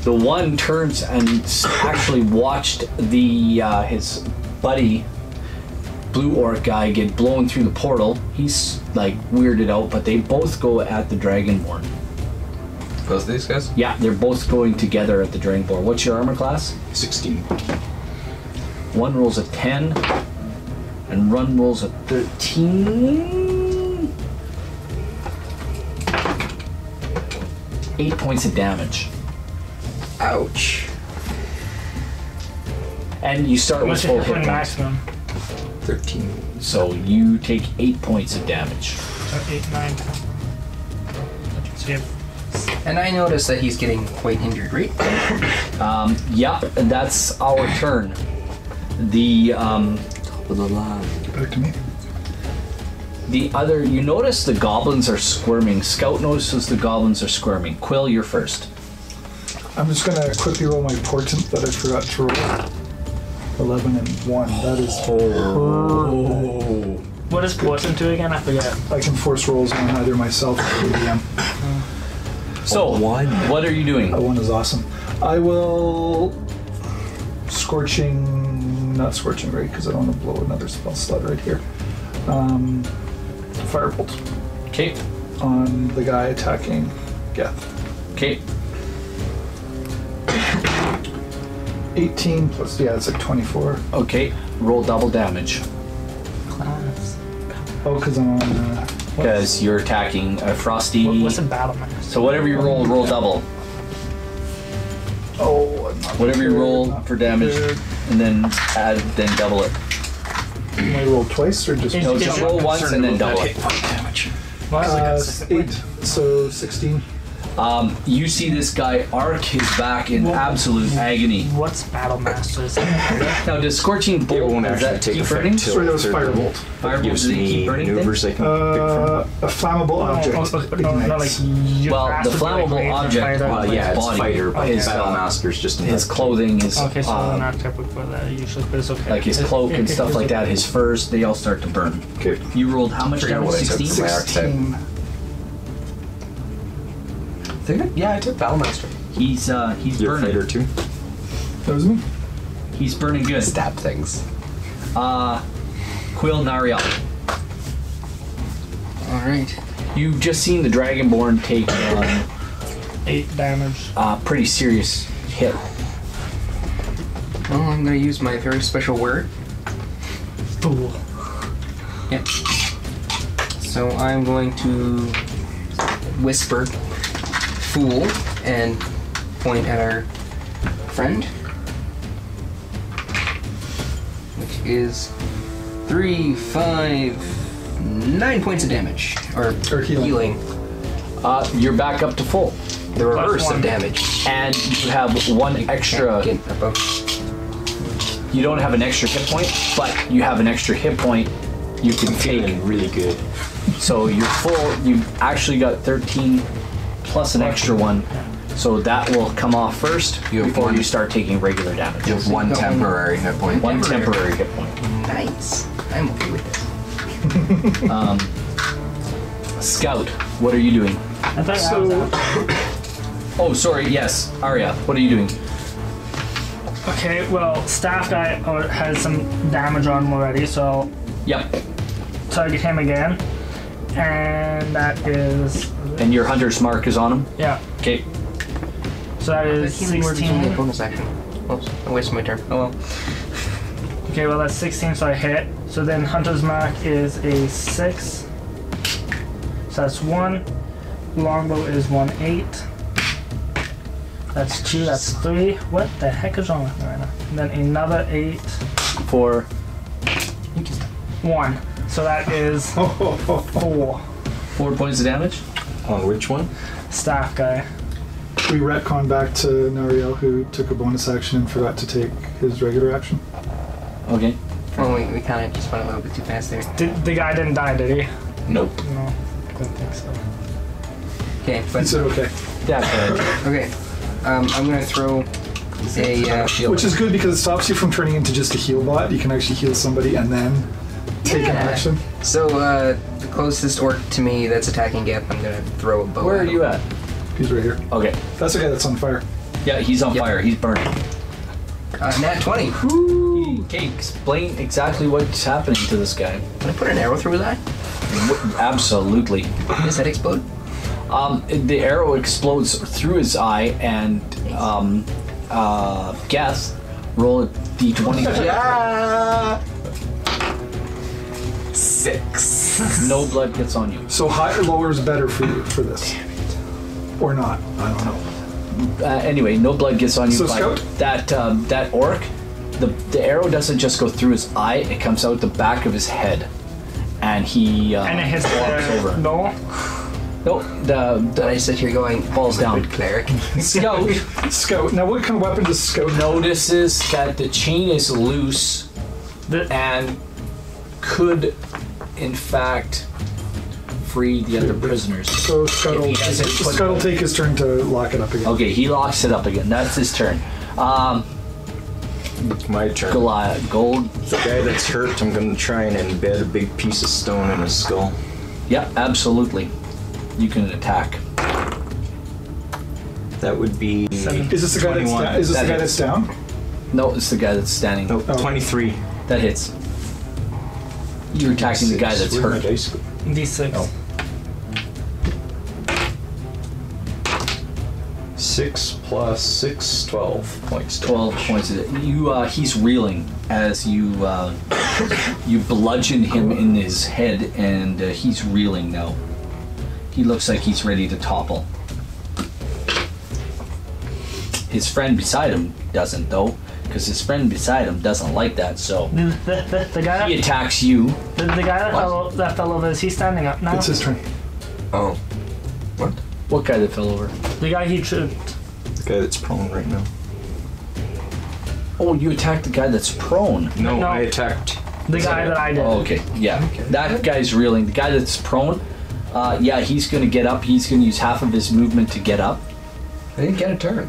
Speaker 2: The one turns and s- actually watched the uh, his buddy, blue orc guy, get blown through the portal. He's like weirded out, but they both go at the dragonborn.
Speaker 8: Both of these guys?
Speaker 2: Yeah, they're both going together at the dragonborn. What's your armor class?
Speaker 5: 16.
Speaker 2: One rolls a 10, and Run rolls a 13. Eight points of damage.
Speaker 8: Ouch.
Speaker 2: And you start with
Speaker 4: Unless
Speaker 2: full
Speaker 4: you're
Speaker 2: hit points.
Speaker 4: hitting maximum.
Speaker 8: 13.
Speaker 2: So you take eight points of damage.
Speaker 4: So 8, 9, 10. So you have
Speaker 6: And I notice that he's getting quite injured, right?
Speaker 2: Yep, and that's our turn. The um,
Speaker 8: With a lot.
Speaker 7: Back to me.
Speaker 2: the other you notice the goblins are squirming. Scout notices the goblins are squirming. Quill, you're first.
Speaker 7: I'm just gonna quickly roll my portent that I forgot to roll. Eleven and one. That is.
Speaker 4: what does Portland do again? I forget.
Speaker 7: I can force rolls on either myself or the DM.
Speaker 2: So
Speaker 8: one.
Speaker 2: what are you
Speaker 7: That
Speaker 2: doing?
Speaker 7: one is awesome. I will scorching, not scorching ray, because I don't want to blow another spell slot right here. Um, firebolt
Speaker 2: Okay,
Speaker 7: on the guy attacking Geth.
Speaker 2: okay,
Speaker 7: 18 plus, yeah, it's like 24.
Speaker 2: okay. oh, Roll double damage.
Speaker 7: Oh, because I'm on. Uh,
Speaker 2: because you're attacking a frosty.
Speaker 4: What, what's a battle max?
Speaker 2: so whatever you roll, roll double.
Speaker 7: oh, I'm not
Speaker 2: Whatever you
Speaker 7: prepared,
Speaker 2: roll
Speaker 7: not
Speaker 2: for damage,
Speaker 7: prepared.
Speaker 2: and then add, then double it.
Speaker 7: Can I roll twice or just
Speaker 2: No,
Speaker 4: Is-
Speaker 2: just
Speaker 4: is-
Speaker 2: roll once and then double it.
Speaker 7: Uh, eight, so 16.
Speaker 2: Um, You see this guy arc his back in absolute agony.
Speaker 4: What's battle masters?
Speaker 2: Now, does scorching bolt
Speaker 5: won't
Speaker 2: does that
Speaker 5: actually
Speaker 2: keep
Speaker 5: take effect
Speaker 2: burning?
Speaker 5: till-
Speaker 7: Sorry, that was
Speaker 5: third level.
Speaker 7: firebolt.
Speaker 2: Firebolt,
Speaker 5: Gives
Speaker 2: does it
Speaker 5: me
Speaker 2: keep burning things?
Speaker 5: maneuvers I can pick from.
Speaker 7: Uh, a flammable object.
Speaker 4: uh, no, oh, not like
Speaker 7: ignites.
Speaker 4: you
Speaker 2: Well, the
Speaker 4: bastard, like,
Speaker 2: flammable
Speaker 4: raised and
Speaker 2: object uh,
Speaker 4: fired
Speaker 2: on
Speaker 4: up.
Speaker 5: Well,
Speaker 2: his
Speaker 5: yeah, it's
Speaker 2: body.
Speaker 5: fighter, but
Speaker 2: His,
Speaker 5: his battle
Speaker 2: uh,
Speaker 5: master's just
Speaker 2: His clothing is
Speaker 4: Okay, so
Speaker 2: uh,
Speaker 4: we're not typical for that usually, but it's okay.
Speaker 2: like his
Speaker 4: It-
Speaker 2: cloak
Speaker 4: it-
Speaker 2: and
Speaker 4: it
Speaker 2: stuff
Speaker 4: is
Speaker 2: like that.
Speaker 4: okay.
Speaker 2: His furs, they all start to burn.
Speaker 5: Okay.
Speaker 2: You rolled how much
Speaker 8: Forget
Speaker 2: damage?
Speaker 8: what I said.
Speaker 2: 16?
Speaker 8: Six.
Speaker 7: Sixteen.
Speaker 8: Yeah, I took Battlemaster.
Speaker 2: He's uh, he's
Speaker 5: You're a fighter
Speaker 2: burning.
Speaker 5: too?
Speaker 7: That was me?
Speaker 2: He's burning good.
Speaker 8: Stab things.
Speaker 2: Quill Nariel.
Speaker 6: All right.
Speaker 2: You've just seen the Dragonborn take on
Speaker 4: eight damage.
Speaker 2: Uh, pretty serious hit.
Speaker 6: Well, I'm gonna use my very special word.
Speaker 4: Fool.
Speaker 6: Yep. So I'm going to whisper fool and point at our friend. Which is three, five, nine points of damage. Or,
Speaker 7: Or healing.
Speaker 2: Uh, you're back up to full,
Speaker 6: The reverse
Speaker 4: one.
Speaker 6: of damage.
Speaker 2: and you have one extra.
Speaker 6: Again, above.
Speaker 2: You don't have an extra hit point, but you have an extra hit point you can take.
Speaker 5: Feeling really good.
Speaker 2: So you're full. You've actually got 13 plus an extra one. So that will come off first
Speaker 8: You have
Speaker 2: before
Speaker 8: one-
Speaker 2: you start taking regular damage.
Speaker 8: You have one temporary hit point.
Speaker 2: One temporary hit point.
Speaker 6: Nice. I'm okay with this.
Speaker 2: Scout, what are you doing?
Speaker 4: I thought I So was out.
Speaker 2: Oh, sorry. Yes, Arya, what are you doing?
Speaker 4: okay, well, staff guy uh, has some damage on him already, so I'll
Speaker 2: Yep.
Speaker 4: target him again, and that is
Speaker 2: And your hunter's mark is on him.
Speaker 4: yeah.
Speaker 2: Okay.
Speaker 4: So that is
Speaker 6: The healing word is only a
Speaker 4: 16.
Speaker 6: bonus action. Oops, I wasted my turn. Oh well.
Speaker 4: Okay, well that's 16, so I hit. So then Hunter's Mark is a 6. So that's 1. Longbow is 1 8. That's 2, that's 3. What the heck is wrong with me right now? And then another 8.
Speaker 2: For
Speaker 4: 1. So that is 4.
Speaker 2: four points of damage.
Speaker 5: On which one?
Speaker 4: Staff guy.
Speaker 7: We retcon back to Nariel, who took a bonus action and forgot to take his regular action.
Speaker 2: Okay.
Speaker 6: Well, we, we kind of just went a little bit too fast there.
Speaker 4: Did, the guy didn't die, did he?
Speaker 5: Nope.
Speaker 4: No. Didn't think so.
Speaker 6: Okay,
Speaker 7: He
Speaker 6: but
Speaker 7: said okay.
Speaker 2: Yeah.
Speaker 6: okay. Um, I'm gonna throw a uh,
Speaker 7: Which is good because it stops you from turning into just a heal bot. You can actually heal somebody and then take an
Speaker 6: Yeah.
Speaker 7: action.
Speaker 6: So uh, the closest orc to me that's attacking Gap, I'm gonna throw a bow.
Speaker 2: Where are
Speaker 6: at him.
Speaker 2: you at?
Speaker 7: He's right here.
Speaker 2: Okay.
Speaker 7: That's okay, that's on fire.
Speaker 2: Yeah, he's on
Speaker 6: Yep.
Speaker 2: fire. He's burning.
Speaker 6: Uh, nat 20. Can
Speaker 2: Okay, explain exactly what's happening to this guy.
Speaker 6: I put an arrow through his eye?
Speaker 2: Absolutely.
Speaker 6: Does that explode?
Speaker 2: Um, the arrow explodes through his eye, and um, uh, Geth, roll a d20.
Speaker 8: Six.
Speaker 2: no blood gets on you.
Speaker 7: So higher lower is better for you for this. Or not. I don't know.
Speaker 2: Uh, anyway, no blood gets on you.
Speaker 7: So,
Speaker 2: by
Speaker 7: Scout?
Speaker 2: that um, that orc, the the arrow doesn't just go through his eye; it comes out the back of his head, and he uh,
Speaker 4: And it hits
Speaker 2: walks
Speaker 4: the
Speaker 2: over.
Speaker 4: door.
Speaker 2: No, the,
Speaker 6: But I sit here going,
Speaker 2: Falls down.
Speaker 6: Good cleric.
Speaker 2: the scout
Speaker 7: Scout. Now what kind of weapon does Scout have?
Speaker 2: notices that the chain is loose
Speaker 4: The,
Speaker 2: and could, in fact, free the other prisoners.
Speaker 7: So Scout
Speaker 2: If he
Speaker 7: will,
Speaker 2: doesn't put-
Speaker 7: Scout will take his turn to lock it up again.
Speaker 2: Okay, he locks it up again. That's his turn. Um,
Speaker 5: My turn.
Speaker 2: Goliath, gold.
Speaker 5: The guy that's hurt, I'm gonna try and embed a big piece of stone in his skull.
Speaker 2: Yeah, absolutely. You can attack.
Speaker 5: That would be
Speaker 7: Is this the guy that's
Speaker 5: 21.
Speaker 7: down? Is this the
Speaker 2: That
Speaker 7: guy
Speaker 2: hits.
Speaker 7: that's down?
Speaker 2: No, it's the guy that's standing.
Speaker 5: nope,
Speaker 8: Oh.
Speaker 5: 23.
Speaker 2: That hits. You're attacking the guy that's
Speaker 5: Where'd my
Speaker 2: hurt.
Speaker 5: dice go?
Speaker 4: D6.
Speaker 8: Oh.
Speaker 5: Six plus six, 12 points.
Speaker 2: 12 points of it. You, uh, he's reeling as you, uh, you bludgeon him in his head, and uh, he's reeling now. He looks like he's ready to topple. His friend beside him doesn't, though, because his friend beside him doesn't like that, so
Speaker 4: The, the, the, the guy
Speaker 2: he attacks you.
Speaker 4: The, the guy that fell, that fell over, is he standing up now?
Speaker 7: It's his turn.
Speaker 8: Oh.
Speaker 2: What guy that fell over?
Speaker 4: the guy he tripped.
Speaker 5: The guy that's prone right now.
Speaker 2: Oh, you attacked the guy that's prone.
Speaker 5: No,
Speaker 4: No.
Speaker 5: I attacked.
Speaker 4: The guy that I did.
Speaker 2: Oh, okay. Yeah. That guy's reeling. The guy that's prone, uh, yeah, he's going to get up. He's going to use half of his movement to get up.
Speaker 8: I didn't get a turn.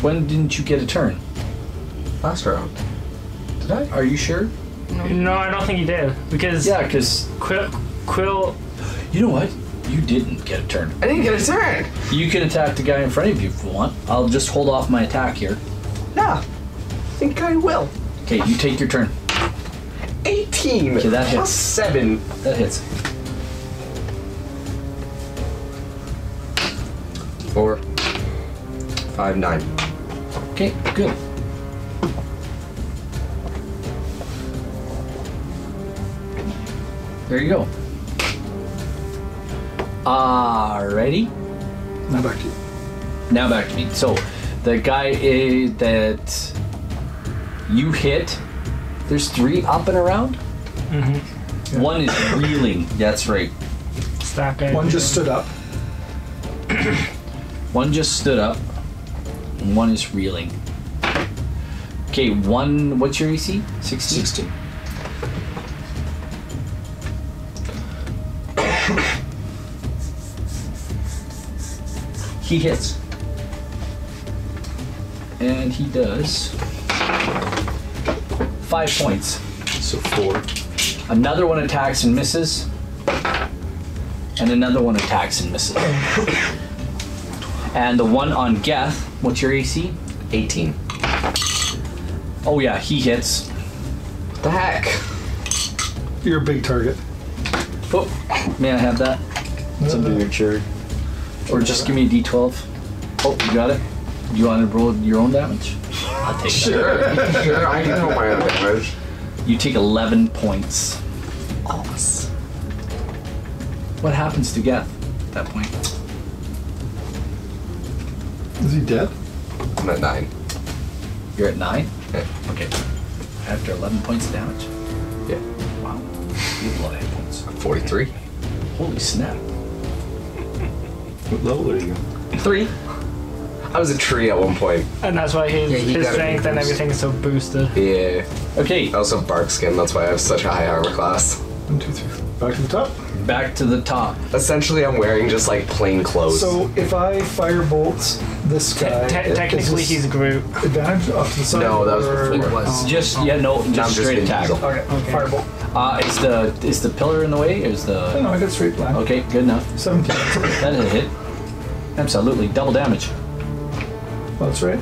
Speaker 2: When didn't you get a turn?
Speaker 8: Last round.
Speaker 2: Did I? Are you sure?
Speaker 4: No, I don't think he did. Because
Speaker 2: Yeah, because
Speaker 4: Quill, Quill.
Speaker 2: you know what? You didn't get a turn.
Speaker 8: I didn't get a turn.
Speaker 2: You can attack the guy in front of you if you want. I'll just hold off my attack here.
Speaker 8: Nah. think I will.
Speaker 2: Okay, you take your turn.
Speaker 8: 18
Speaker 2: Okay, that
Speaker 8: plus
Speaker 2: hits.
Speaker 8: 7.
Speaker 2: That hits.
Speaker 8: Five nine.
Speaker 2: Okay, good. There you go. Alrighty.
Speaker 7: Now back to you.
Speaker 2: Now back to me. So, the guy eh, that you hit, there's three up and around. Mm-hmm. One is reeling. That's right.
Speaker 4: Stack it.
Speaker 7: One just stood up.
Speaker 2: One just stood up. And one is reeling. Okay, one. What's your AC? 16?
Speaker 5: 16.
Speaker 2: He hits. And he does. Five points.
Speaker 5: So four.
Speaker 2: Another one attacks and misses. And another one attacks and misses. and the one on Geth, what's your AC?
Speaker 8: 18.
Speaker 2: Oh, yeah, he hits.
Speaker 8: What the heck?
Speaker 7: You're a big target.
Speaker 2: Oh, may I have that?
Speaker 8: Uh,
Speaker 5: It's under your chair.
Speaker 2: Or just give me a d12. Oh, you got it? You want to roll your own damage? I'll take sure.
Speaker 8: sure, I know my own damage.
Speaker 2: You take 11 points. What happens to Geth at that point?
Speaker 7: Is he dead?
Speaker 8: I'm at nine.
Speaker 2: You're at 9?
Speaker 8: Yeah.
Speaker 2: Okay. After 11 points of damage?
Speaker 8: Yeah.
Speaker 2: Wow. You have a lot of hit points.
Speaker 8: I'm 43.
Speaker 2: Holy snap.
Speaker 5: What level are you?
Speaker 2: Three.
Speaker 8: I was a tree at one point.
Speaker 4: And that's why his,
Speaker 6: Yeah, he
Speaker 4: his
Speaker 8: got a
Speaker 4: strength and
Speaker 8: boost.
Speaker 4: everything's so boosted.
Speaker 8: Yeah.
Speaker 2: Okay,
Speaker 8: I also have bark skin, that's why I have such a high armor class.
Speaker 7: One, two, three. four. Back to the top.
Speaker 2: back to the top.
Speaker 8: Essentially, I'm wearing just like plain clothes.
Speaker 7: So if I firebolt this guy,
Speaker 4: Te-
Speaker 7: is
Speaker 4: technically,
Speaker 7: this
Speaker 4: he's Groot.
Speaker 7: advantage off to the side.
Speaker 8: No, that was
Speaker 7: or-
Speaker 8: before.
Speaker 2: It's Uh, just, yeah, no, just
Speaker 8: I'm just
Speaker 2: straight
Speaker 8: being
Speaker 2: attack.
Speaker 8: diesel.
Speaker 7: Oh, Okay, firebolt.
Speaker 2: Uh, is the is the pillar in the way? Is
Speaker 7: No,
Speaker 2: the
Speaker 7: no, I got straight line.
Speaker 2: okay? Good enough.
Speaker 7: 17.
Speaker 2: That is a hit. Absolutely, double damage.
Speaker 7: That's right.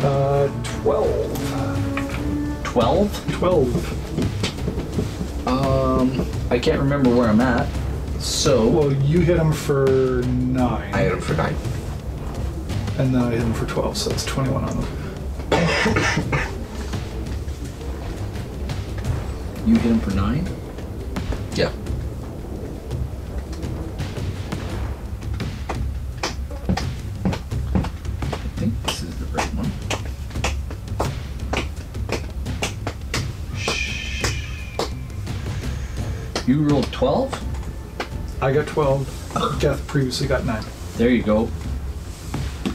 Speaker 7: Uh, 12.
Speaker 2: Twelve.
Speaker 7: 12.
Speaker 2: Um, I can't remember where I'm at. So
Speaker 7: Well, you hit him for 9,
Speaker 8: I hit him for nine.
Speaker 7: and then I hit him for 12, so that's 21 on them.
Speaker 2: you hit him for nine.
Speaker 8: Yeah.
Speaker 2: I think this is the right one. Shh. You rolled twelve.
Speaker 7: I got 12. Death previously got 9.
Speaker 2: There you go.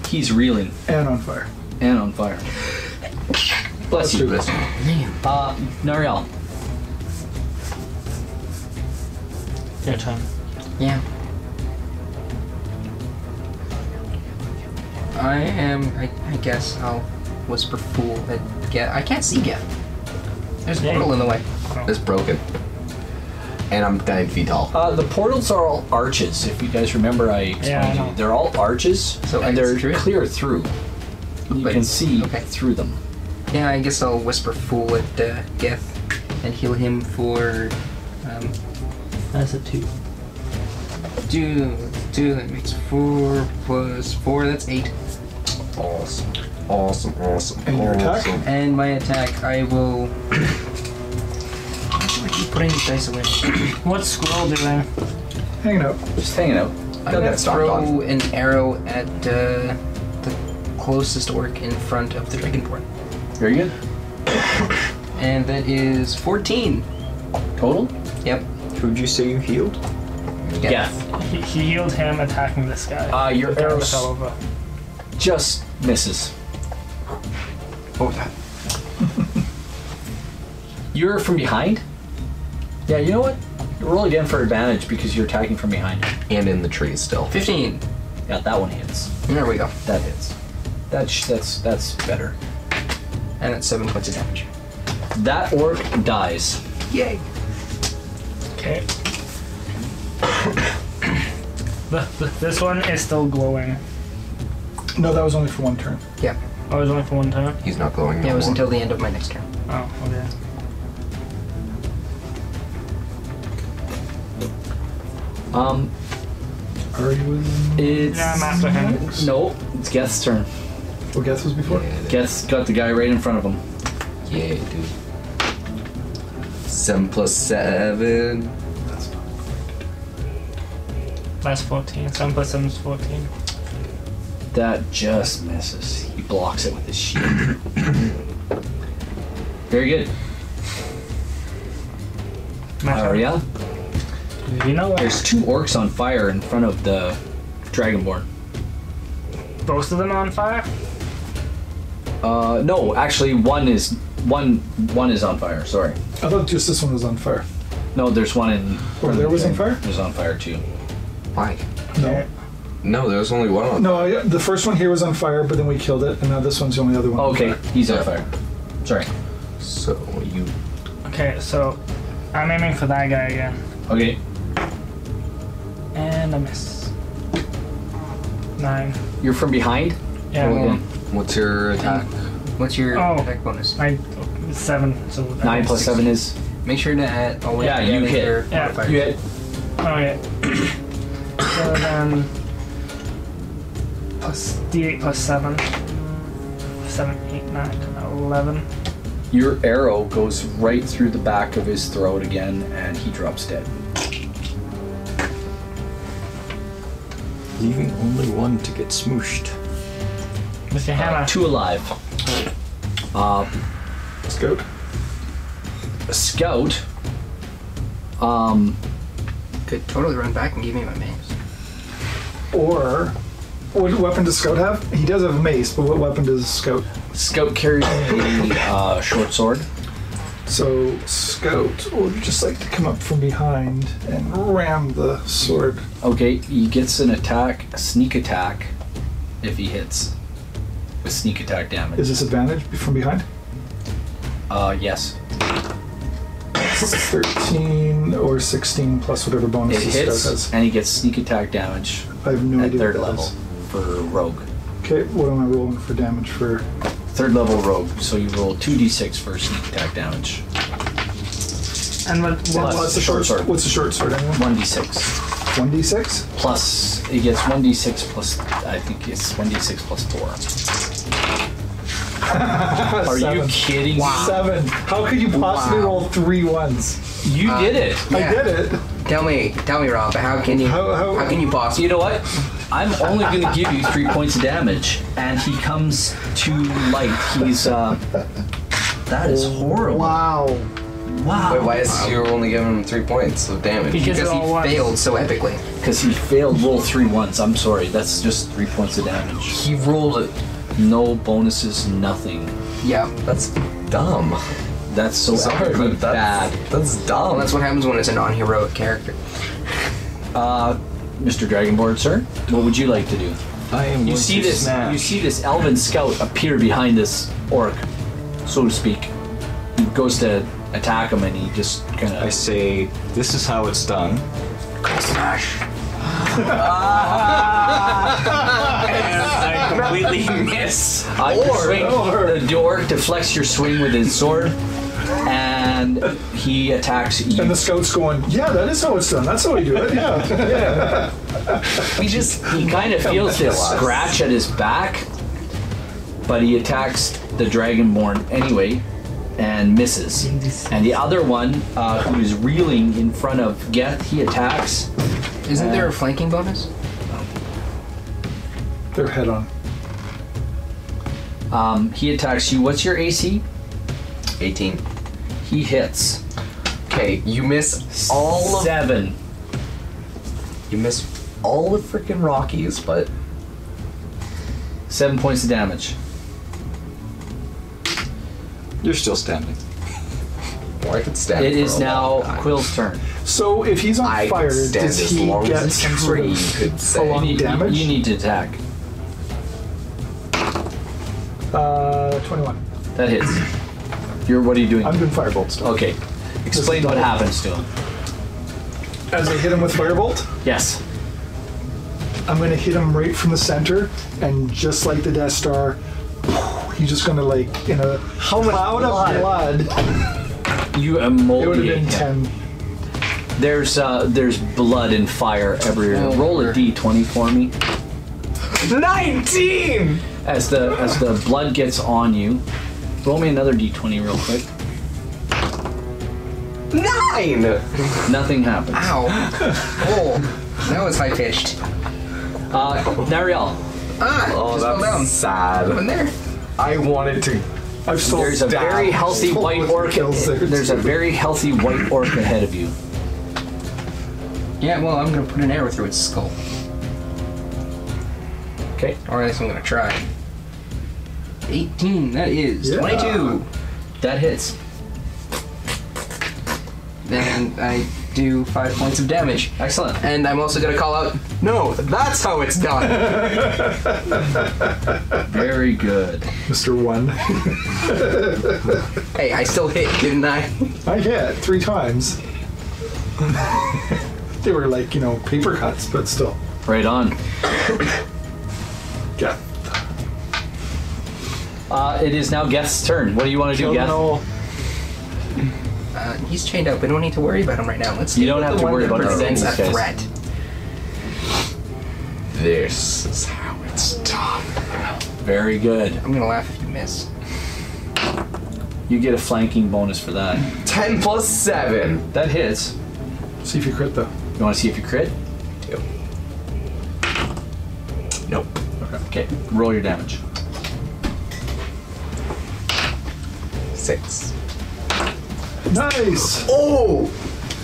Speaker 2: He's reeling
Speaker 7: And on fire.
Speaker 2: and on fire. Bless you.
Speaker 7: Let's do this.
Speaker 2: Uh, Nariel.
Speaker 4: Your turn.
Speaker 6: Yeah. I am. I, I guess I'll whisper fool at Get. I can't see Get. There's a
Speaker 4: Yeah.
Speaker 6: portal in the way.
Speaker 8: It's broken. And I'm nine feet tall.
Speaker 2: Uh, the portals are all arches. If you guys remember, I explained
Speaker 4: Yeah, I
Speaker 2: to
Speaker 4: know.
Speaker 2: you. They're all arches,
Speaker 6: So I
Speaker 2: and they're
Speaker 6: can see through it?
Speaker 2: clear through. You
Speaker 6: Okay.
Speaker 2: can see
Speaker 6: Okay.
Speaker 2: through them.
Speaker 6: Yeah, I guess I'll whisper fool at uh, Geth and heal him for. Um,
Speaker 4: That's a two.
Speaker 6: two, two, that makes four plus four, that's eight.
Speaker 8: Awesome. Awesome. Awesome.
Speaker 7: And your attack?
Speaker 8: awesome.
Speaker 6: And my attack, I will. Why do I keep putting these dice away?
Speaker 4: What's Squirrel doing?
Speaker 7: Hanging out.
Speaker 2: Just hanging out.
Speaker 8: I'm
Speaker 6: I'm
Speaker 8: gonna
Speaker 6: gonna
Speaker 8: stomped
Speaker 6: throw
Speaker 8: on.
Speaker 6: an arrow at uh, the closest orc in front of the dragonborn,
Speaker 2: Very good.
Speaker 6: and that is 14.
Speaker 2: Total.
Speaker 6: Yep.
Speaker 5: Who'd you say you healed?
Speaker 6: Yeah.
Speaker 4: He, he healed him attacking this guy.
Speaker 2: Uh,
Speaker 4: The
Speaker 2: your
Speaker 4: guy
Speaker 2: arrow
Speaker 4: that fell over.
Speaker 2: just misses.
Speaker 8: Oh, that.
Speaker 2: You're from behind. Yeah. You know what? Roll again for advantage because you're attacking from behind.
Speaker 8: And in the tree still.
Speaker 6: 15.
Speaker 2: Yeah, that one hits.
Speaker 6: There we go.
Speaker 2: That hits. That's that's that's better.
Speaker 6: And that's seven points of damage.
Speaker 2: That orc dies.
Speaker 6: Yay.
Speaker 4: Okay. the, the, this one is still glowing.
Speaker 7: No, that was only for one turn.
Speaker 6: Yeah.
Speaker 4: Oh, it was only for one turn?
Speaker 8: He's not glowing. No
Speaker 6: Yeah, it was
Speaker 8: more.
Speaker 6: until the end of my next turn.
Speaker 4: Oh, okay.
Speaker 2: Um,
Speaker 7: Already was.
Speaker 8: Eh,
Speaker 2: It's
Speaker 4: Yeah, I'm after him.
Speaker 2: no, it's Geth's turn.
Speaker 7: Oh, guess was before.
Speaker 2: Geth's got the guy right in front of him.
Speaker 8: Yeah, dude. Seven plus seven.
Speaker 4: That's 14. 7 plus 7 is 14.
Speaker 2: That just misses. He blocks it with his shield. Very good.
Speaker 4: Matter.
Speaker 2: Aria,
Speaker 4: You know what?
Speaker 2: Uh, there's two orcs on fire in front of the dragonborn.
Speaker 4: Both of them on fire?
Speaker 2: Uh, no, actually, one is one one is on fire. Sorry.
Speaker 7: I thought just this one was on fire.
Speaker 2: No, there's one in.
Speaker 7: Or there was on fire?
Speaker 2: There's on fire too.
Speaker 8: Why?
Speaker 7: No.
Speaker 8: No, there was only one on.
Speaker 7: No, I- the first one here was on fire, but then we killed it, and now this one's the only other one. on
Speaker 2: Oh, Okay,
Speaker 7: fire.
Speaker 2: he's on fire. Sorry.
Speaker 8: So you
Speaker 4: Okay, so I'm aiming for that guy again.
Speaker 2: Okay.
Speaker 4: And I miss. Nine.
Speaker 2: You're from behind.
Speaker 4: Yeah,
Speaker 6: Roll
Speaker 4: well,
Speaker 6: again.
Speaker 8: What's your attack?
Speaker 6: What's your
Speaker 4: Oh.
Speaker 6: attack bonus?
Speaker 4: I seven. So I
Speaker 2: Nine
Speaker 4: miss.
Speaker 2: plus seven is.
Speaker 6: Make sure to add always
Speaker 2: Yeah, you
Speaker 6: add
Speaker 2: hit.
Speaker 6: your
Speaker 4: Yeah.
Speaker 6: modifier.
Speaker 2: You hit.
Speaker 4: Okay. Oh, so then, plus d8 plus seven. Seven, eight, nine, ten, eleven.
Speaker 2: Your arrow goes right through the back of his throat again, and he drops dead.
Speaker 5: Leaving only one to get smooshed.
Speaker 4: With your hammer.
Speaker 2: Two alive. Uh,
Speaker 7: Scout.
Speaker 2: scout. Um,
Speaker 6: Could totally run back and give me my mace.
Speaker 7: Or, what weapon does Scout have? He does have a mace, but what weapon does Scout?
Speaker 2: scout carries a uh, short sword.
Speaker 7: So Scout would just like to come up from behind and ram the sword.
Speaker 2: Okay, he gets an attack, a sneak attack, if he hits with sneak attack damage.
Speaker 7: Is this advantage from behind?
Speaker 2: Uh, yes,
Speaker 7: 13 or 16 plus whatever
Speaker 2: it
Speaker 7: bonus Scout
Speaker 2: hits,
Speaker 7: has.
Speaker 2: and he gets sneak attack damage
Speaker 7: I have no
Speaker 2: at
Speaker 7: idea
Speaker 2: third
Speaker 7: what that
Speaker 2: level
Speaker 7: is.
Speaker 2: for rogue.
Speaker 7: Okay, what am I rolling for damage for?
Speaker 2: Third level rogue, so you roll two d6 for sneak attack damage.
Speaker 4: And what, what,
Speaker 2: Plus
Speaker 7: What's the
Speaker 2: short sword.
Speaker 7: short sword? What's the short sword? Anyone?
Speaker 2: One d6
Speaker 7: One d six.
Speaker 2: plus it gets one d6 plus I think it's one d6 plus four. Are you kidding?
Speaker 7: Seven. How could you possibly
Speaker 6: Wow.
Speaker 7: roll three ones?
Speaker 2: me? You did it.
Speaker 7: I did it.
Speaker 6: Tell me, tell me, Rob. How can you?
Speaker 7: How-
Speaker 6: How,
Speaker 7: how-
Speaker 6: can you boss?
Speaker 2: You know what? I'm only going to give you three points of damage, and he comes to life. He's uh, that is horrible.
Speaker 7: Wow.
Speaker 8: Wait,
Speaker 2: Wow.
Speaker 8: why is you're only giving him three points of damage?
Speaker 4: Because
Speaker 6: Because
Speaker 4: it
Speaker 6: he
Speaker 4: all was.
Speaker 6: failed so epically.
Speaker 2: Because he failed roll three ones. I'm sorry. That's just three points of damage.
Speaker 8: He rolled it.
Speaker 2: No bonuses. Nothing.
Speaker 6: Yeah.
Speaker 8: That's dumb.
Speaker 2: That's so
Speaker 8: Sorry,
Speaker 2: epically
Speaker 8: but that's,
Speaker 2: bad,
Speaker 8: that's dumb.
Speaker 6: Well, that's what happens when it's a non-heroic character.
Speaker 2: Mr. Dragonborn, sir. What would you like to do?
Speaker 5: I am
Speaker 2: You
Speaker 5: going
Speaker 2: see
Speaker 5: to
Speaker 2: this?
Speaker 5: snap.
Speaker 2: You see this elven scout appear behind this orc, so to speak. He goes to attack him, and he just kind
Speaker 5: I
Speaker 2: of
Speaker 5: say, this is how it's done.
Speaker 6: Smash.
Speaker 5: I completely miss.
Speaker 2: I or, swing, the dork deflects your swing with his sword, and he attacks
Speaker 7: And
Speaker 2: you.
Speaker 7: the scout's going. Yeah, that is how it's done. That's how we do it. Yeah.
Speaker 2: He just he kind of feels this scratch at his back, but he attacks the dragonborn anyway, and misses. And the other one, uh, who is reeling in front of Geth, he attacks.
Speaker 6: Isn't there a flanking bonus?
Speaker 7: They're head on.
Speaker 2: Um, he attacks you. What's your AC?
Speaker 8: 18.
Speaker 2: He hits
Speaker 8: Okay, you miss all of
Speaker 2: seven.
Speaker 8: you miss all the freaking Rockies, but
Speaker 2: Seven points of damage.
Speaker 5: You're still standing.
Speaker 8: or I could stand.
Speaker 2: It
Speaker 8: for
Speaker 2: is
Speaker 8: a
Speaker 2: now
Speaker 8: long time.
Speaker 2: Quill's turn.
Speaker 7: So if he's on
Speaker 8: I
Speaker 7: fire,
Speaker 8: could stand
Speaker 7: does
Speaker 8: as
Speaker 7: he
Speaker 8: long
Speaker 7: get
Speaker 8: as a
Speaker 7: some sort
Speaker 8: tree.
Speaker 7: of?
Speaker 8: You could say.
Speaker 7: prolonged-
Speaker 2: You-
Speaker 7: Damage?
Speaker 2: you need to attack.
Speaker 7: Uh, twenty-one.
Speaker 2: That hits. You're what are you doing?
Speaker 7: I'm doing firebolt stuff.
Speaker 2: okay. Explain what happens to him.
Speaker 7: As I hit him with firebolt,
Speaker 2: Yes.
Speaker 7: I'm gonna hit him right from the center, and just like the Death Star, he's just gonna like in a cloud of blood.
Speaker 2: You
Speaker 7: It would
Speaker 2: immolate
Speaker 7: have been
Speaker 2: him.
Speaker 7: ten.
Speaker 2: There's uh, there's blood and fire everywhere.
Speaker 6: Oh,
Speaker 2: Roll a
Speaker 6: Lord.
Speaker 2: d20 for me.
Speaker 8: 19!
Speaker 2: As the as the blood gets on you, roll me another d20 real quick.
Speaker 6: Oh,
Speaker 8: Nine!
Speaker 2: Nothing happens.
Speaker 6: Ow. oh, that was high pitched.
Speaker 2: Uh, Nariel,
Speaker 6: Ah,
Speaker 8: Oh,
Speaker 6: just fell down.
Speaker 8: that's sad.
Speaker 6: In there.
Speaker 8: I wanted to.
Speaker 7: I've sold.
Speaker 2: there's a
Speaker 8: Stop.
Speaker 2: very healthy white orc.
Speaker 7: Kills there.
Speaker 2: There's a very healthy white orc ahead of you.
Speaker 6: Yeah, well, I'm gonna put an arrow through its skull.
Speaker 2: Okay.
Speaker 6: Or at least I'm gonna try. 18, that is
Speaker 7: Yeah.
Speaker 6: 22.
Speaker 2: That hits.
Speaker 6: Then I do 5 points of damage.
Speaker 2: Excellent.
Speaker 6: And I'm also gonna call out, no, that's how it's done.
Speaker 2: Very good.
Speaker 7: Mr. One.
Speaker 6: hey, I still hit, didn't I?
Speaker 7: I hit Oh, three times. they were like, you know, paper cuts, but still.
Speaker 2: Right on.
Speaker 7: Yeah.
Speaker 2: Uh, it is now Geth's turn. What do you want to do, Geth?
Speaker 6: Uh, he's chained up. We don't need to worry about him right now. Let's
Speaker 2: You
Speaker 6: deal
Speaker 2: don't have
Speaker 6: with the
Speaker 2: to
Speaker 6: one
Speaker 2: worry
Speaker 6: that
Speaker 2: about him.
Speaker 6: presents
Speaker 2: He's
Speaker 6: a
Speaker 2: just-
Speaker 6: threat.
Speaker 8: This is how it's done.
Speaker 2: Very good.
Speaker 6: I'm gonna laugh if you miss.
Speaker 2: You get a flanking bonus for that.
Speaker 8: 10 plus 7.
Speaker 2: That hits.
Speaker 7: See if you crit though.
Speaker 2: You want to see if you crit?
Speaker 8: Nope.
Speaker 2: Okay. Roll your damage.
Speaker 8: 6.
Speaker 7: Nice.
Speaker 8: Oh!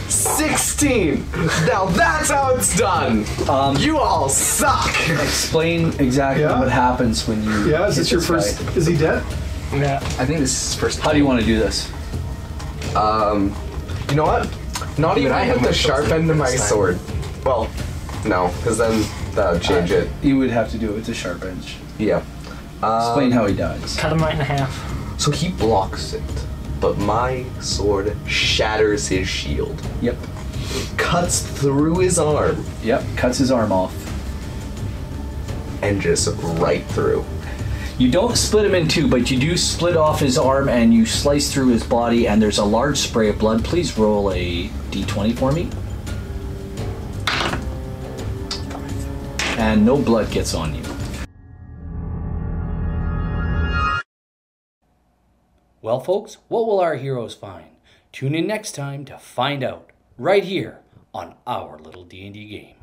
Speaker 8: 16! Now that's how it's done!
Speaker 2: Um,
Speaker 8: You all suck!
Speaker 2: Explain exactly
Speaker 7: Yeah?
Speaker 2: what happens when you.
Speaker 7: Yeah, is
Speaker 2: hit
Speaker 7: this your
Speaker 2: guy.
Speaker 7: first? Is he dead?
Speaker 6: I think this is his first
Speaker 2: How do you want to do this?
Speaker 8: Um, you know what? Not even
Speaker 6: I
Speaker 8: I
Speaker 6: have
Speaker 8: have
Speaker 6: my
Speaker 8: the sharp end of my
Speaker 6: time.
Speaker 8: sword. Well, no, because then that would
Speaker 6: Uh,
Speaker 8: change it.
Speaker 2: You would have to do it with a sharp edge.
Speaker 8: Yeah.
Speaker 2: Explain how he dies.
Speaker 4: Cut him right in half.
Speaker 8: So he blocks it, but my sword shatters his shield,
Speaker 2: Yep.
Speaker 8: cuts through his arm,
Speaker 2: Yep. Cuts his arm off.
Speaker 8: and just right through.
Speaker 2: You don't split him in two, but you do split off his arm and you slice through his body, and there's a large spray of blood. Please roll a d20 for me. And no blood gets on you.
Speaker 1: Well, folks, what will our heroes find? Tune in next time to find out, right here on our little D&D game.